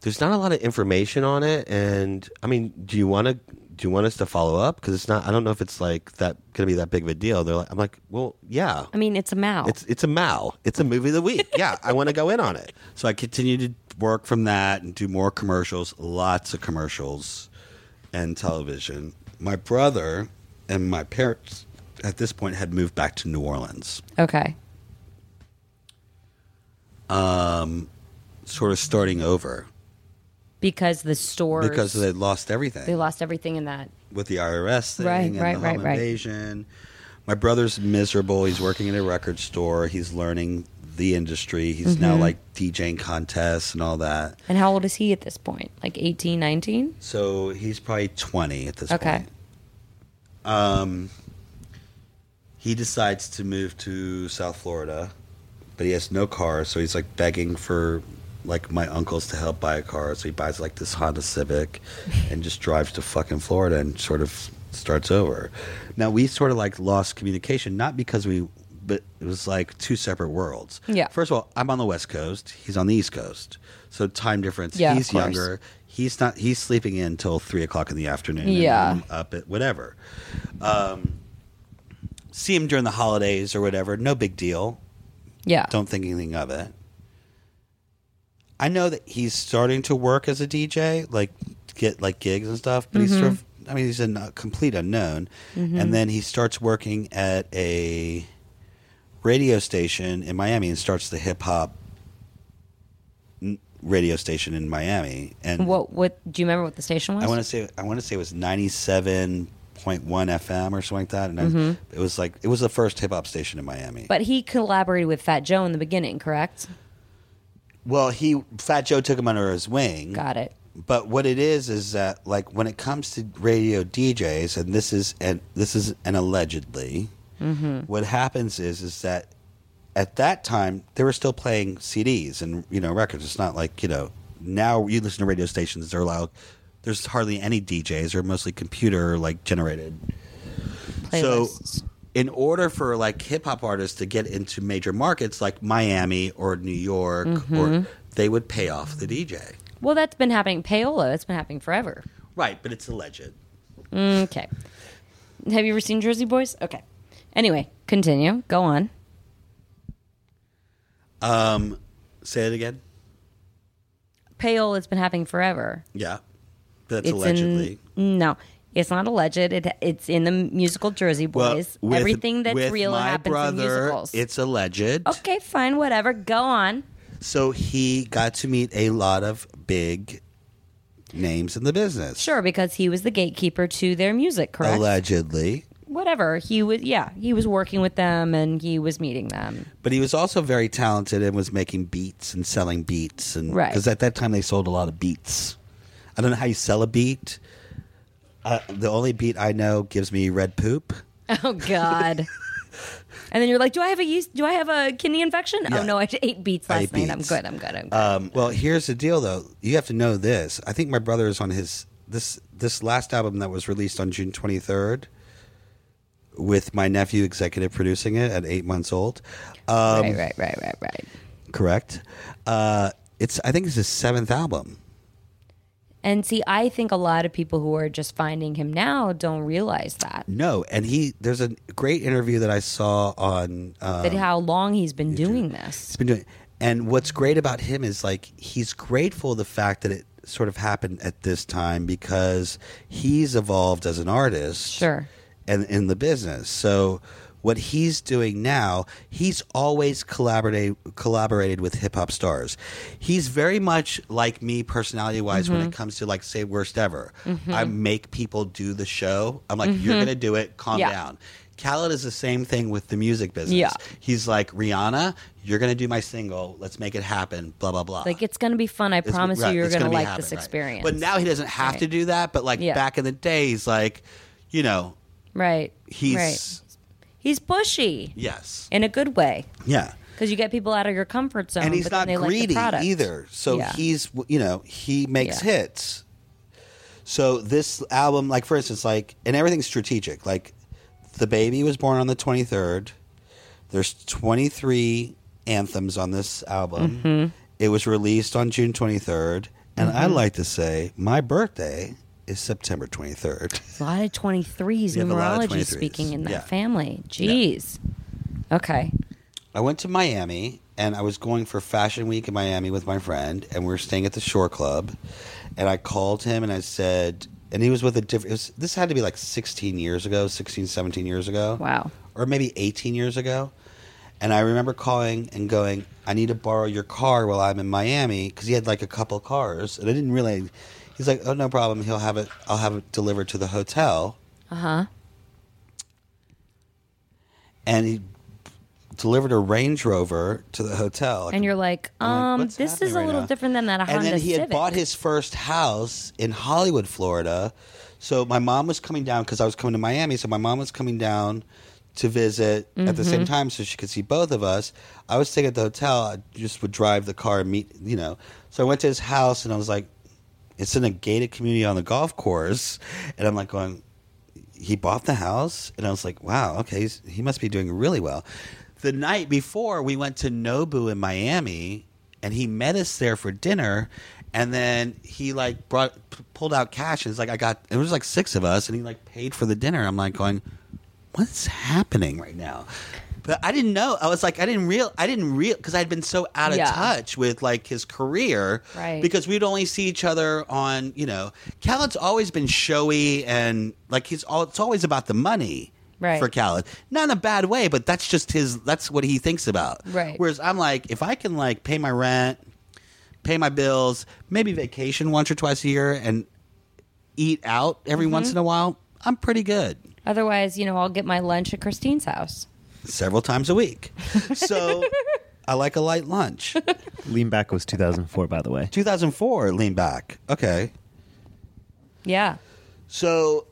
[SPEAKER 2] there's not a lot of information on it." And I mean, do you want to do you want us to follow up? Because it's not. I don't know if it's like that going to be that big of a deal. They're like, I'm like, well, yeah,
[SPEAKER 1] I mean, it's a Mao.
[SPEAKER 2] it's it's a Mao, it's a movie of the week. Yeah, I want to go in on it.
[SPEAKER 5] So I continued to work from that and do more commercials, lots of commercials and television. My brother and my parents at this point had moved back to New Orleans.
[SPEAKER 1] okay.
[SPEAKER 5] sort of starting over
[SPEAKER 1] Because the stores.
[SPEAKER 5] because they lost everything
[SPEAKER 1] they lost everything in that.
[SPEAKER 5] with the IRS thing
[SPEAKER 1] Right,
[SPEAKER 5] and
[SPEAKER 1] right,
[SPEAKER 5] the
[SPEAKER 1] right,
[SPEAKER 5] home
[SPEAKER 1] right.
[SPEAKER 5] invasion. My brother's miserable. He's working in a record store. He's learning the industry. He's now
[SPEAKER 1] Mm-hmm.
[SPEAKER 5] like DJing contests and all that.
[SPEAKER 1] And how old is he at this point? Like 18, 19?
[SPEAKER 5] So he's probably 20 at this
[SPEAKER 1] Okay.
[SPEAKER 5] point. He decides to move to South Florida, but he has no car, so he's like begging for like my uncles to help buy a car. So he buys like this Honda Civic and just drives to fucking Florida and sort of starts over. Now we sort of like lost communication, not because we but it was like two separate worlds.
[SPEAKER 1] Yeah.
[SPEAKER 5] First of all, I'm on the West Coast, he's on the East Coast. So time difference.
[SPEAKER 1] Yeah, of
[SPEAKER 5] he's
[SPEAKER 1] course.
[SPEAKER 5] younger he's not he's sleeping in till three o'clock in the afternoon and
[SPEAKER 1] Yeah.
[SPEAKER 5] I'm up at whatever um, see him during the holidays or whatever no big deal
[SPEAKER 1] Yeah.
[SPEAKER 5] don't think anything of it i know that he's starting to work as a dj like get like gigs and stuff but he's sort of i mean he's a n- complete unknown and then he starts working at a radio station in miami and starts the hip-hop n- radio station in miami and
[SPEAKER 1] What, what, do you remember what the station was?
[SPEAKER 5] I want to say I want to say it was ninety seven point one FM or something like that, and I- it was like it was the first hip hop station in Miami.
[SPEAKER 1] but he collaborated with Fat Joe in the beginning, correct?
[SPEAKER 5] well, he Fat Joe took him under his wing.
[SPEAKER 1] Got it.
[SPEAKER 5] But what it is is that like when it comes to radio DJs, and this is and this is an allegedly,
[SPEAKER 1] Mm-hmm.
[SPEAKER 5] what happens is is that at that time they were still playing CDs and you know records. It's not like you know now you listen to radio stations; they're loud. There's hardly any DJs; they're mostly computer like generated
[SPEAKER 1] Playlists.
[SPEAKER 5] so, in order for like hip hop artists to get into major markets like Miami or New York,
[SPEAKER 1] Mm-hmm.
[SPEAKER 5] or they would pay off the DJ.
[SPEAKER 1] well, that's been happening. Paola, that's been happening forever.
[SPEAKER 5] Right, but it's alleged.
[SPEAKER 1] Okay. Have you ever seen Jersey Boys? Okay. Anyway, continue. Go on.
[SPEAKER 5] Say it again.
[SPEAKER 1] Payola has been happening forever.
[SPEAKER 5] Yeah, that's allegedly.
[SPEAKER 1] in no, it's not alleged. It, it's in the musical Jersey Boys.
[SPEAKER 5] with-
[SPEAKER 1] Everything that's
[SPEAKER 5] with
[SPEAKER 1] real
[SPEAKER 5] my
[SPEAKER 1] happens
[SPEAKER 5] brother,
[SPEAKER 1] in musicals.
[SPEAKER 5] It's alleged.
[SPEAKER 1] okay, fine, whatever. Go on.
[SPEAKER 5] So he got to meet a lot of big names in the business.
[SPEAKER 1] Sure, because he was the gatekeeper to their music, correct?
[SPEAKER 5] Allegedly.
[SPEAKER 1] whatever he was yeah he was working with them and he was meeting them
[SPEAKER 5] But he was also very talented and was making beats and selling beats and
[SPEAKER 1] Right.
[SPEAKER 5] because at that time they sold a lot of beats. I don't know how you sell a beat. Uh, the only beat I know gives me red poop.
[SPEAKER 1] oh god and then you're like do i have a yeast do i have a kidney infection
[SPEAKER 5] Yeah.
[SPEAKER 1] oh no i ate beets
[SPEAKER 5] I
[SPEAKER 1] last
[SPEAKER 5] ate
[SPEAKER 1] night i'm
[SPEAKER 5] beets.
[SPEAKER 1] good i'm good i'm good
[SPEAKER 5] Um, well, here's the deal, though. You have to know this. I think my brother is on his this this last album that was released on June 23rd with my nephew executive producing it at eight months old. Um,
[SPEAKER 1] right right right right right
[SPEAKER 5] Correct. Uh, it's I think it's his seventh album.
[SPEAKER 1] and see i think a lot of people who are just finding him now don't realize that
[SPEAKER 5] No, and he there's a great interview that I saw on uh,
[SPEAKER 1] that how long he's been doing this
[SPEAKER 5] he's been doing, and what's great about him is like he's grateful the fact that it sort of happened at this time because he's evolved as an artist,
[SPEAKER 1] Sure.
[SPEAKER 5] and in the business. So what he's doing now, he's always collaborated collaborated with hip hop stars. He's very much like me personality wise when
[SPEAKER 1] Mm-hmm.
[SPEAKER 5] it comes to like say worst ever. I make people do the show. I'm like, you're gonna do it. Calm
[SPEAKER 1] Mm-hmm. Yeah.
[SPEAKER 5] down. Khaled is the same thing with the music business.
[SPEAKER 1] Yeah.
[SPEAKER 5] He's like, Rihanna, you're going to do my single. Let's make it happen. Blah, blah, blah.
[SPEAKER 1] like it's gonna be fun i
[SPEAKER 5] It's-
[SPEAKER 1] promise
[SPEAKER 5] right,
[SPEAKER 1] you you're
[SPEAKER 5] it's
[SPEAKER 1] gonna,
[SPEAKER 5] be
[SPEAKER 1] like
[SPEAKER 5] happen,
[SPEAKER 1] this
[SPEAKER 5] right.
[SPEAKER 1] experience
[SPEAKER 5] But now he doesn't have to
[SPEAKER 1] Right.
[SPEAKER 5] do that. But like
[SPEAKER 1] Yeah.
[SPEAKER 5] back in the day, he's like, you know,
[SPEAKER 1] right
[SPEAKER 5] he's,
[SPEAKER 1] right he's pushy
[SPEAKER 5] yes.
[SPEAKER 1] in a good way
[SPEAKER 5] Yeah.
[SPEAKER 1] because you get people out of your comfort zone
[SPEAKER 5] And he's
[SPEAKER 1] but then
[SPEAKER 5] not
[SPEAKER 1] they like the
[SPEAKER 5] greedy
[SPEAKER 1] product.
[SPEAKER 5] either. So
[SPEAKER 1] Yeah.
[SPEAKER 5] he's, you know, he makes
[SPEAKER 1] Yeah.
[SPEAKER 5] hits. So this album, like for instance, like, and everything's strategic. Like, the baby was born on the 23rd. There's 23 anthems on this album.
[SPEAKER 1] Mm-hmm.
[SPEAKER 5] It was released on June 23rd, and I like to say my birthday is September 23rd.
[SPEAKER 1] a lot of 23s
[SPEAKER 5] We have a lot of
[SPEAKER 1] numerology
[SPEAKER 5] 23s.
[SPEAKER 1] speaking in that
[SPEAKER 5] Yeah.
[SPEAKER 1] family jeez okay
[SPEAKER 5] I went to Miami and I was going for Fashion Week in Miami with my friend, and we were staying at the Shore Club. And I called him and I said, and he was with a different, it was, this had to be like 16 years ago, 16, 17 years ago.
[SPEAKER 1] Wow.
[SPEAKER 5] Or maybe 18 years ago. And I remember calling and going, I need to borrow your car while I'm in Miami because he had like a couple cars. And I didn't really, he's like, oh, no problem. He'll have it, I'll have it delivered to the hotel.
[SPEAKER 1] Uh-huh.
[SPEAKER 5] And he delivered a Range Rover to the hotel. like
[SPEAKER 1] and
[SPEAKER 5] a
[SPEAKER 1] you're like um
[SPEAKER 5] what's
[SPEAKER 1] this
[SPEAKER 5] happening
[SPEAKER 1] is a
[SPEAKER 5] right
[SPEAKER 1] little
[SPEAKER 5] now?
[SPEAKER 1] different than that Honda
[SPEAKER 5] and then he
[SPEAKER 1] Civic.
[SPEAKER 5] had bought his first house in Hollywood, Florida. So my mom was coming down because I was coming to Miami. So my mom was coming down to visit at the same time, so she could see both of us. I was staying at the hotel. I just would drive the car and meet, you know. So I went to his house and I was like, "It's in a gated community on the golf course," and I'm like going, he bought the house and i was like wow okay he's, he must be doing really well the night before we went to nobu in miami and he met us there for dinner and then he like brought p- pulled out cash and it's like i got it was like six of us and he like paid for the dinner i'm like going what's happening right now but i didn't know i was like i didn't real i didn't real because i'd been so out of
[SPEAKER 1] Yeah.
[SPEAKER 5] touch with like his career
[SPEAKER 1] Right.
[SPEAKER 5] because because we'd only see each other on, you know, Khaled's always been showy and like he's all it's always about the money
[SPEAKER 1] Right.
[SPEAKER 5] for Khaled. Not in a bad way, but that's just his that's what he thinks about.
[SPEAKER 1] Right.
[SPEAKER 5] Whereas I'm like, if I can like pay my rent, pay my bills, maybe vacation once or twice a year and eat out every
[SPEAKER 1] Mm-hmm.
[SPEAKER 5] once in a while, I'm pretty good.
[SPEAKER 1] otherwise you know i'll get my lunch at christine's house
[SPEAKER 5] Several times a week. So I like a light lunch.
[SPEAKER 4] Lean Back was 2004, by the way.
[SPEAKER 5] 2004 lean back. Okay.
[SPEAKER 1] yeah
[SPEAKER 5] So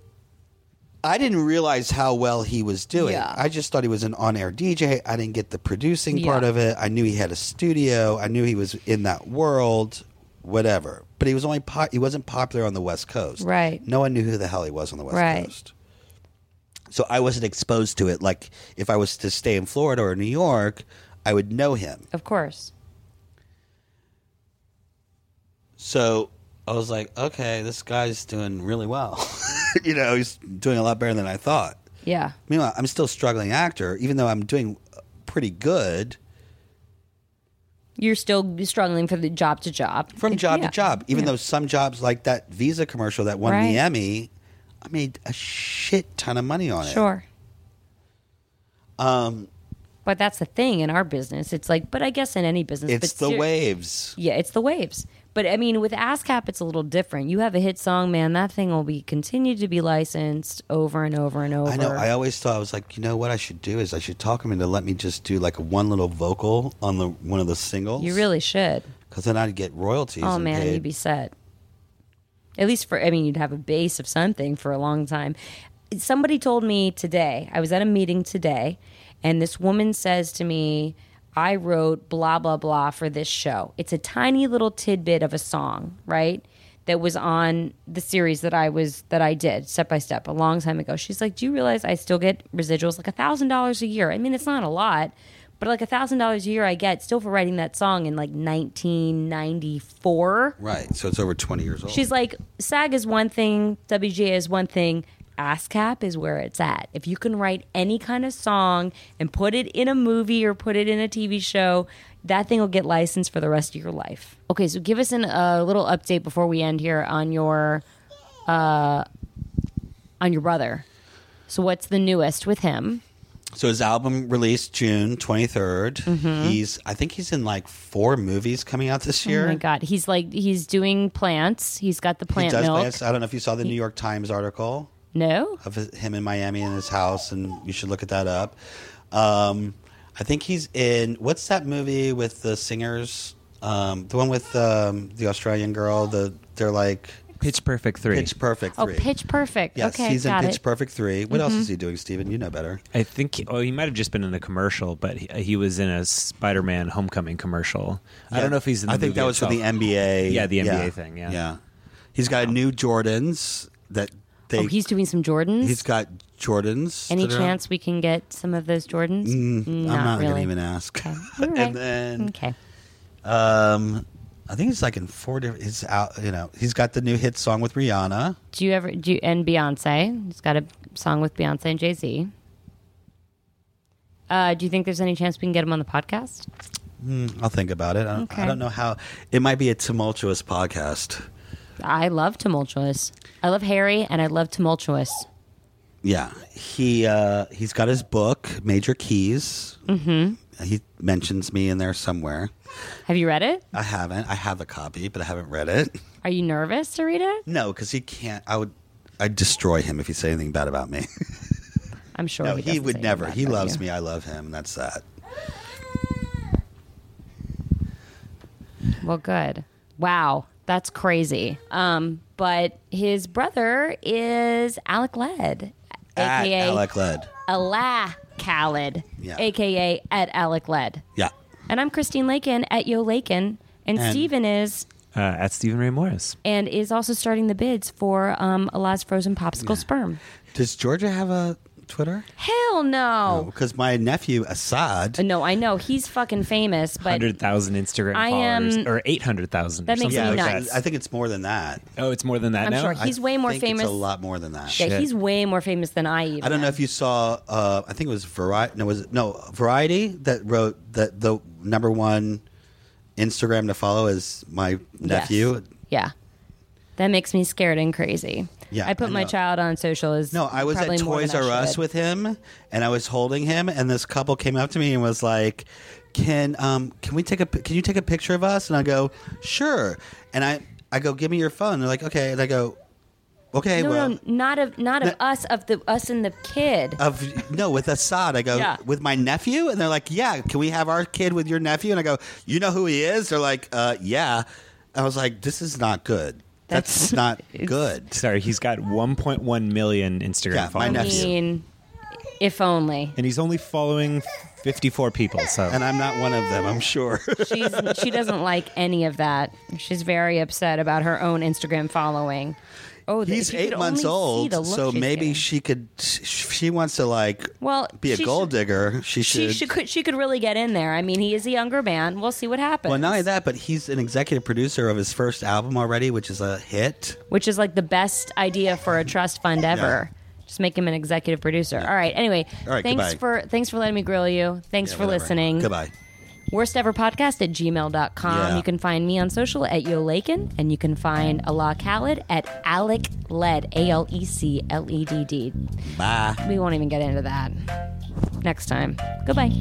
[SPEAKER 5] I didn't realize how well he was doing.
[SPEAKER 1] Yeah.
[SPEAKER 5] I just thought he was an on-air DJ. I didn't get the producing
[SPEAKER 1] Yeah.
[SPEAKER 5] part of it. I knew he had a studio. I knew he was in that world, whatever. But he was only po- he wasn't popular on the West Coast.
[SPEAKER 1] Right.
[SPEAKER 5] No one knew who the hell he was on the West
[SPEAKER 1] Right.
[SPEAKER 5] Coast. So I wasn't exposed to it like if I was to stay in Florida or New York, I would know him.
[SPEAKER 1] of course
[SPEAKER 5] So I was like, okay, this guy's doing really well. you know, he's doing a lot better than I thought.
[SPEAKER 1] yeah
[SPEAKER 5] Meanwhile, I'm still a struggling actor, even though I'm doing pretty good
[SPEAKER 1] you're still struggling for the job to job
[SPEAKER 5] from job
[SPEAKER 1] Yeah.
[SPEAKER 5] to job. Even though some jobs, like that Visa commercial that won
[SPEAKER 1] Right.
[SPEAKER 5] the Emmy, I made a shit ton of money on it.
[SPEAKER 1] Sure. Um, but that's the thing in our business. It's like, but I guess in any business,
[SPEAKER 5] It's
[SPEAKER 1] but
[SPEAKER 5] the
[SPEAKER 1] ser-
[SPEAKER 5] waves.
[SPEAKER 1] Yeah, it's the waves. But I mean, with ASCAP, it's a little different. You have a hit song, man. That thing will be continued to be licensed over and over and over.
[SPEAKER 5] I know. I always thought I was like, you know what I should do is I should talk him into let me just do like one little vocal on the one of the singles.
[SPEAKER 1] you really should.
[SPEAKER 5] because then I'd get royalties.
[SPEAKER 1] Oh
[SPEAKER 5] and
[SPEAKER 1] man,
[SPEAKER 5] paid.
[SPEAKER 1] you'd be set. At least for I mean, you'd have a base of something for a long time. Somebody told me today. I was at a meeting today, and this woman says to me, "I wrote blah blah blah for this show. It's a tiny little tidbit of a song, right?" That was on the series that I was that I did step by step a long time ago. She's like, "Do you realize I still get residuals like a thousand dollars a year? I mean, it's not a lot, but like a thousand dollars a year I get still for writing that song in like 1994.
[SPEAKER 5] right. So it's over twenty years old.
[SPEAKER 1] She's like, SAG is one thing, WGA is one thing, ASCAP is where it's at. If you can write any kind of song and put it in a movie or put it in a TV show, that thing will get licensed for the rest of your life. Okay, so give us an- a little update before we end here on your, uh, on your brother. So what's the newest with him?
[SPEAKER 5] so his album released June twenty
[SPEAKER 1] Mm-hmm.
[SPEAKER 5] He's I think he's in like four movies coming out this year.
[SPEAKER 1] Oh my god, he's like he's doing plants. He's got the
[SPEAKER 5] He
[SPEAKER 1] plant
[SPEAKER 5] does
[SPEAKER 1] milk.
[SPEAKER 5] plants. I don't know if you saw the New York Times article
[SPEAKER 1] No,
[SPEAKER 5] of his- him in Miami in his house, and you should look at that up. Um, I think he's in what's that movie with the singers? Um, the one with um, the Australian girl. The they're like
[SPEAKER 4] Pitch Perfect three.
[SPEAKER 5] Pitch Perfect
[SPEAKER 1] Oh,
[SPEAKER 5] Three.
[SPEAKER 1] Pitch Perfect.
[SPEAKER 5] Yes,
[SPEAKER 1] okay,
[SPEAKER 5] he's in
[SPEAKER 1] got
[SPEAKER 5] Pitch
[SPEAKER 1] it. Mm-hmm.
[SPEAKER 5] Perfect Three. What else is he doing, Steven? You know better.
[SPEAKER 4] I think. Oh, he might have just been in a commercial, but he, he was in a Spider-Man Homecoming commercial. I don't know if he's. in the
[SPEAKER 5] I think
[SPEAKER 4] movie
[SPEAKER 5] that was for the
[SPEAKER 4] itself.
[SPEAKER 5] NBA.
[SPEAKER 4] Yeah, the NBA thing, yeah.
[SPEAKER 5] yeah. He's got new Jordans that they.
[SPEAKER 1] oh, he's doing some Jordans.
[SPEAKER 5] he's got Jordans.
[SPEAKER 1] Any
[SPEAKER 5] that are-
[SPEAKER 1] chance we can get some of those Jordans?
[SPEAKER 5] Mm, I'm
[SPEAKER 1] not,
[SPEAKER 5] not,
[SPEAKER 1] really.
[SPEAKER 5] gonna even ask.
[SPEAKER 1] Okay. All right.
[SPEAKER 5] And then
[SPEAKER 1] okay.
[SPEAKER 5] Um, I think he's like in four different. He's out. You know, he's got the new hit song with Rihanna.
[SPEAKER 1] Do you ever do you, and Beyonce? He's got a song with Beyonce and Jay Z. Uh, do you think there's any chance we can get him on the podcast?
[SPEAKER 5] I'll think about it. I don't,
[SPEAKER 1] Okay.
[SPEAKER 5] I don't know how. It might be a tumultuous podcast.
[SPEAKER 1] I love tumultuous. I love Harry and I love tumultuous.
[SPEAKER 5] Yeah, he uh, he's got his book, Major Keys. Mm-hmm. He mentions me in there somewhere.
[SPEAKER 1] Have you read it?
[SPEAKER 5] I haven't. I have a copy, but I haven't read it.
[SPEAKER 1] Are you nervous to read it?
[SPEAKER 5] No, because he can't. I would. I'd destroy him if he said anything bad about me.
[SPEAKER 1] I'm sure.
[SPEAKER 5] no,
[SPEAKER 1] Oh, he,
[SPEAKER 5] he,
[SPEAKER 1] doesn't say
[SPEAKER 5] would never.
[SPEAKER 1] that
[SPEAKER 5] He
[SPEAKER 1] about
[SPEAKER 5] loves
[SPEAKER 1] you.
[SPEAKER 5] me. I love him, and that's that.
[SPEAKER 1] Well, good. Wow, that's crazy. Um, but his brother is Alec Led,
[SPEAKER 5] At
[SPEAKER 1] aka
[SPEAKER 5] Alec Led.
[SPEAKER 1] Ala Khaled,
[SPEAKER 5] Yeah.
[SPEAKER 1] aka at Alec Led.
[SPEAKER 5] Yeah.
[SPEAKER 1] And I'm Christine Lakin at Yo Lakin, and,
[SPEAKER 5] And-
[SPEAKER 1] Steven is
[SPEAKER 4] uh, at Stephen Ray Morris.
[SPEAKER 1] and is also starting the bids for um, Ala's frozen popsicle sperm.
[SPEAKER 5] Does Georgia have a Twitter?
[SPEAKER 1] Hell no.
[SPEAKER 5] Because my nephew Assad.
[SPEAKER 1] No, I know he's fucking famous, but
[SPEAKER 4] Hundred thousand Instagram
[SPEAKER 1] I am-
[SPEAKER 4] followers, or eight hundred thousand.
[SPEAKER 1] That makes
[SPEAKER 5] Yeah,
[SPEAKER 1] me
[SPEAKER 5] it's-
[SPEAKER 1] nuts.
[SPEAKER 5] I think it's more than that.
[SPEAKER 4] Oh, it's more than that
[SPEAKER 1] I'm
[SPEAKER 4] now.
[SPEAKER 1] sure he's
[SPEAKER 5] I
[SPEAKER 1] way more
[SPEAKER 5] think it's
[SPEAKER 1] famous.
[SPEAKER 5] a lot more than that.
[SPEAKER 1] Yeah,
[SPEAKER 4] Shit.
[SPEAKER 1] he's way more famous than I even.
[SPEAKER 5] I don't know if you saw. Uh, I think it was Variety. No, was it, no Variety that wrote that the number one Instagram to follow is my nephew.
[SPEAKER 1] Yes. Yeah. That makes me scared and crazy.
[SPEAKER 5] Yeah,
[SPEAKER 1] I put
[SPEAKER 5] I
[SPEAKER 1] my
[SPEAKER 5] know.
[SPEAKER 1] child on social as
[SPEAKER 5] No, I was
[SPEAKER 1] probably
[SPEAKER 5] at
[SPEAKER 1] more than
[SPEAKER 5] Toys
[SPEAKER 1] I
[SPEAKER 5] R Us
[SPEAKER 1] should.
[SPEAKER 5] with him, and I was holding him, and this couple came up to me and was like, "Can um can we take a pi- can you take a picture of us?" And I go, "Sure." And I I go, "Give me your phone." They're like, "Okay," and I go, "Okay,
[SPEAKER 1] No,
[SPEAKER 5] well."
[SPEAKER 1] no, not of not of us of the us and the kid.
[SPEAKER 5] Of no, with Assad, I go
[SPEAKER 1] Yeah.
[SPEAKER 5] with my nephew, and they're like, "Yeah, can we have our kid with your nephew?" And I go, "You know who he is?" They're like, "Uh, yeah." I was like, "This is not good. That's,
[SPEAKER 1] That's-
[SPEAKER 5] not
[SPEAKER 1] it's-
[SPEAKER 5] good."
[SPEAKER 4] Sorry, he's got 1.1 million Instagram
[SPEAKER 5] Yeah, my
[SPEAKER 4] followers,
[SPEAKER 1] I
[SPEAKER 5] nephew.
[SPEAKER 1] mean, if only
[SPEAKER 4] and he's only following 54 people. So
[SPEAKER 5] And I'm not one of them, I'm sure.
[SPEAKER 1] she's she doesn't like any of that. She's very upset about her own Instagram following. Oh, the-
[SPEAKER 5] He's
[SPEAKER 1] if you could
[SPEAKER 5] eight
[SPEAKER 1] only
[SPEAKER 5] months
[SPEAKER 1] see
[SPEAKER 5] old,
[SPEAKER 1] the look
[SPEAKER 5] so
[SPEAKER 1] she's
[SPEAKER 5] maybe
[SPEAKER 1] getting.
[SPEAKER 5] she could. sh- She wants to like
[SPEAKER 1] Well,
[SPEAKER 5] be a
[SPEAKER 1] she
[SPEAKER 5] gold
[SPEAKER 1] should-
[SPEAKER 5] digger.
[SPEAKER 1] She
[SPEAKER 5] She should.
[SPEAKER 1] should could she could really get in there. I mean, he is a younger man. We'll see what happens.
[SPEAKER 5] well, not only that, but he's an executive producer of his first album already, which is a hit.
[SPEAKER 1] which is like the best idea for a trust fund ever. Just make him an executive producer. All right. Anyway,
[SPEAKER 5] All right,
[SPEAKER 1] thanks
[SPEAKER 5] goodbye.
[SPEAKER 1] for thanks for letting me grill you. Thanks for
[SPEAKER 5] Whatever.
[SPEAKER 1] listening.
[SPEAKER 5] Goodbye.
[SPEAKER 1] Worst ever podcast at gmail.com.
[SPEAKER 5] Yeah.
[SPEAKER 1] You can find me on social at Yo Lakin, and you can find Allah Khaled at Alec Led, A L E C L E D D.
[SPEAKER 5] Bye.
[SPEAKER 1] We won't even get into that next time. Goodbye.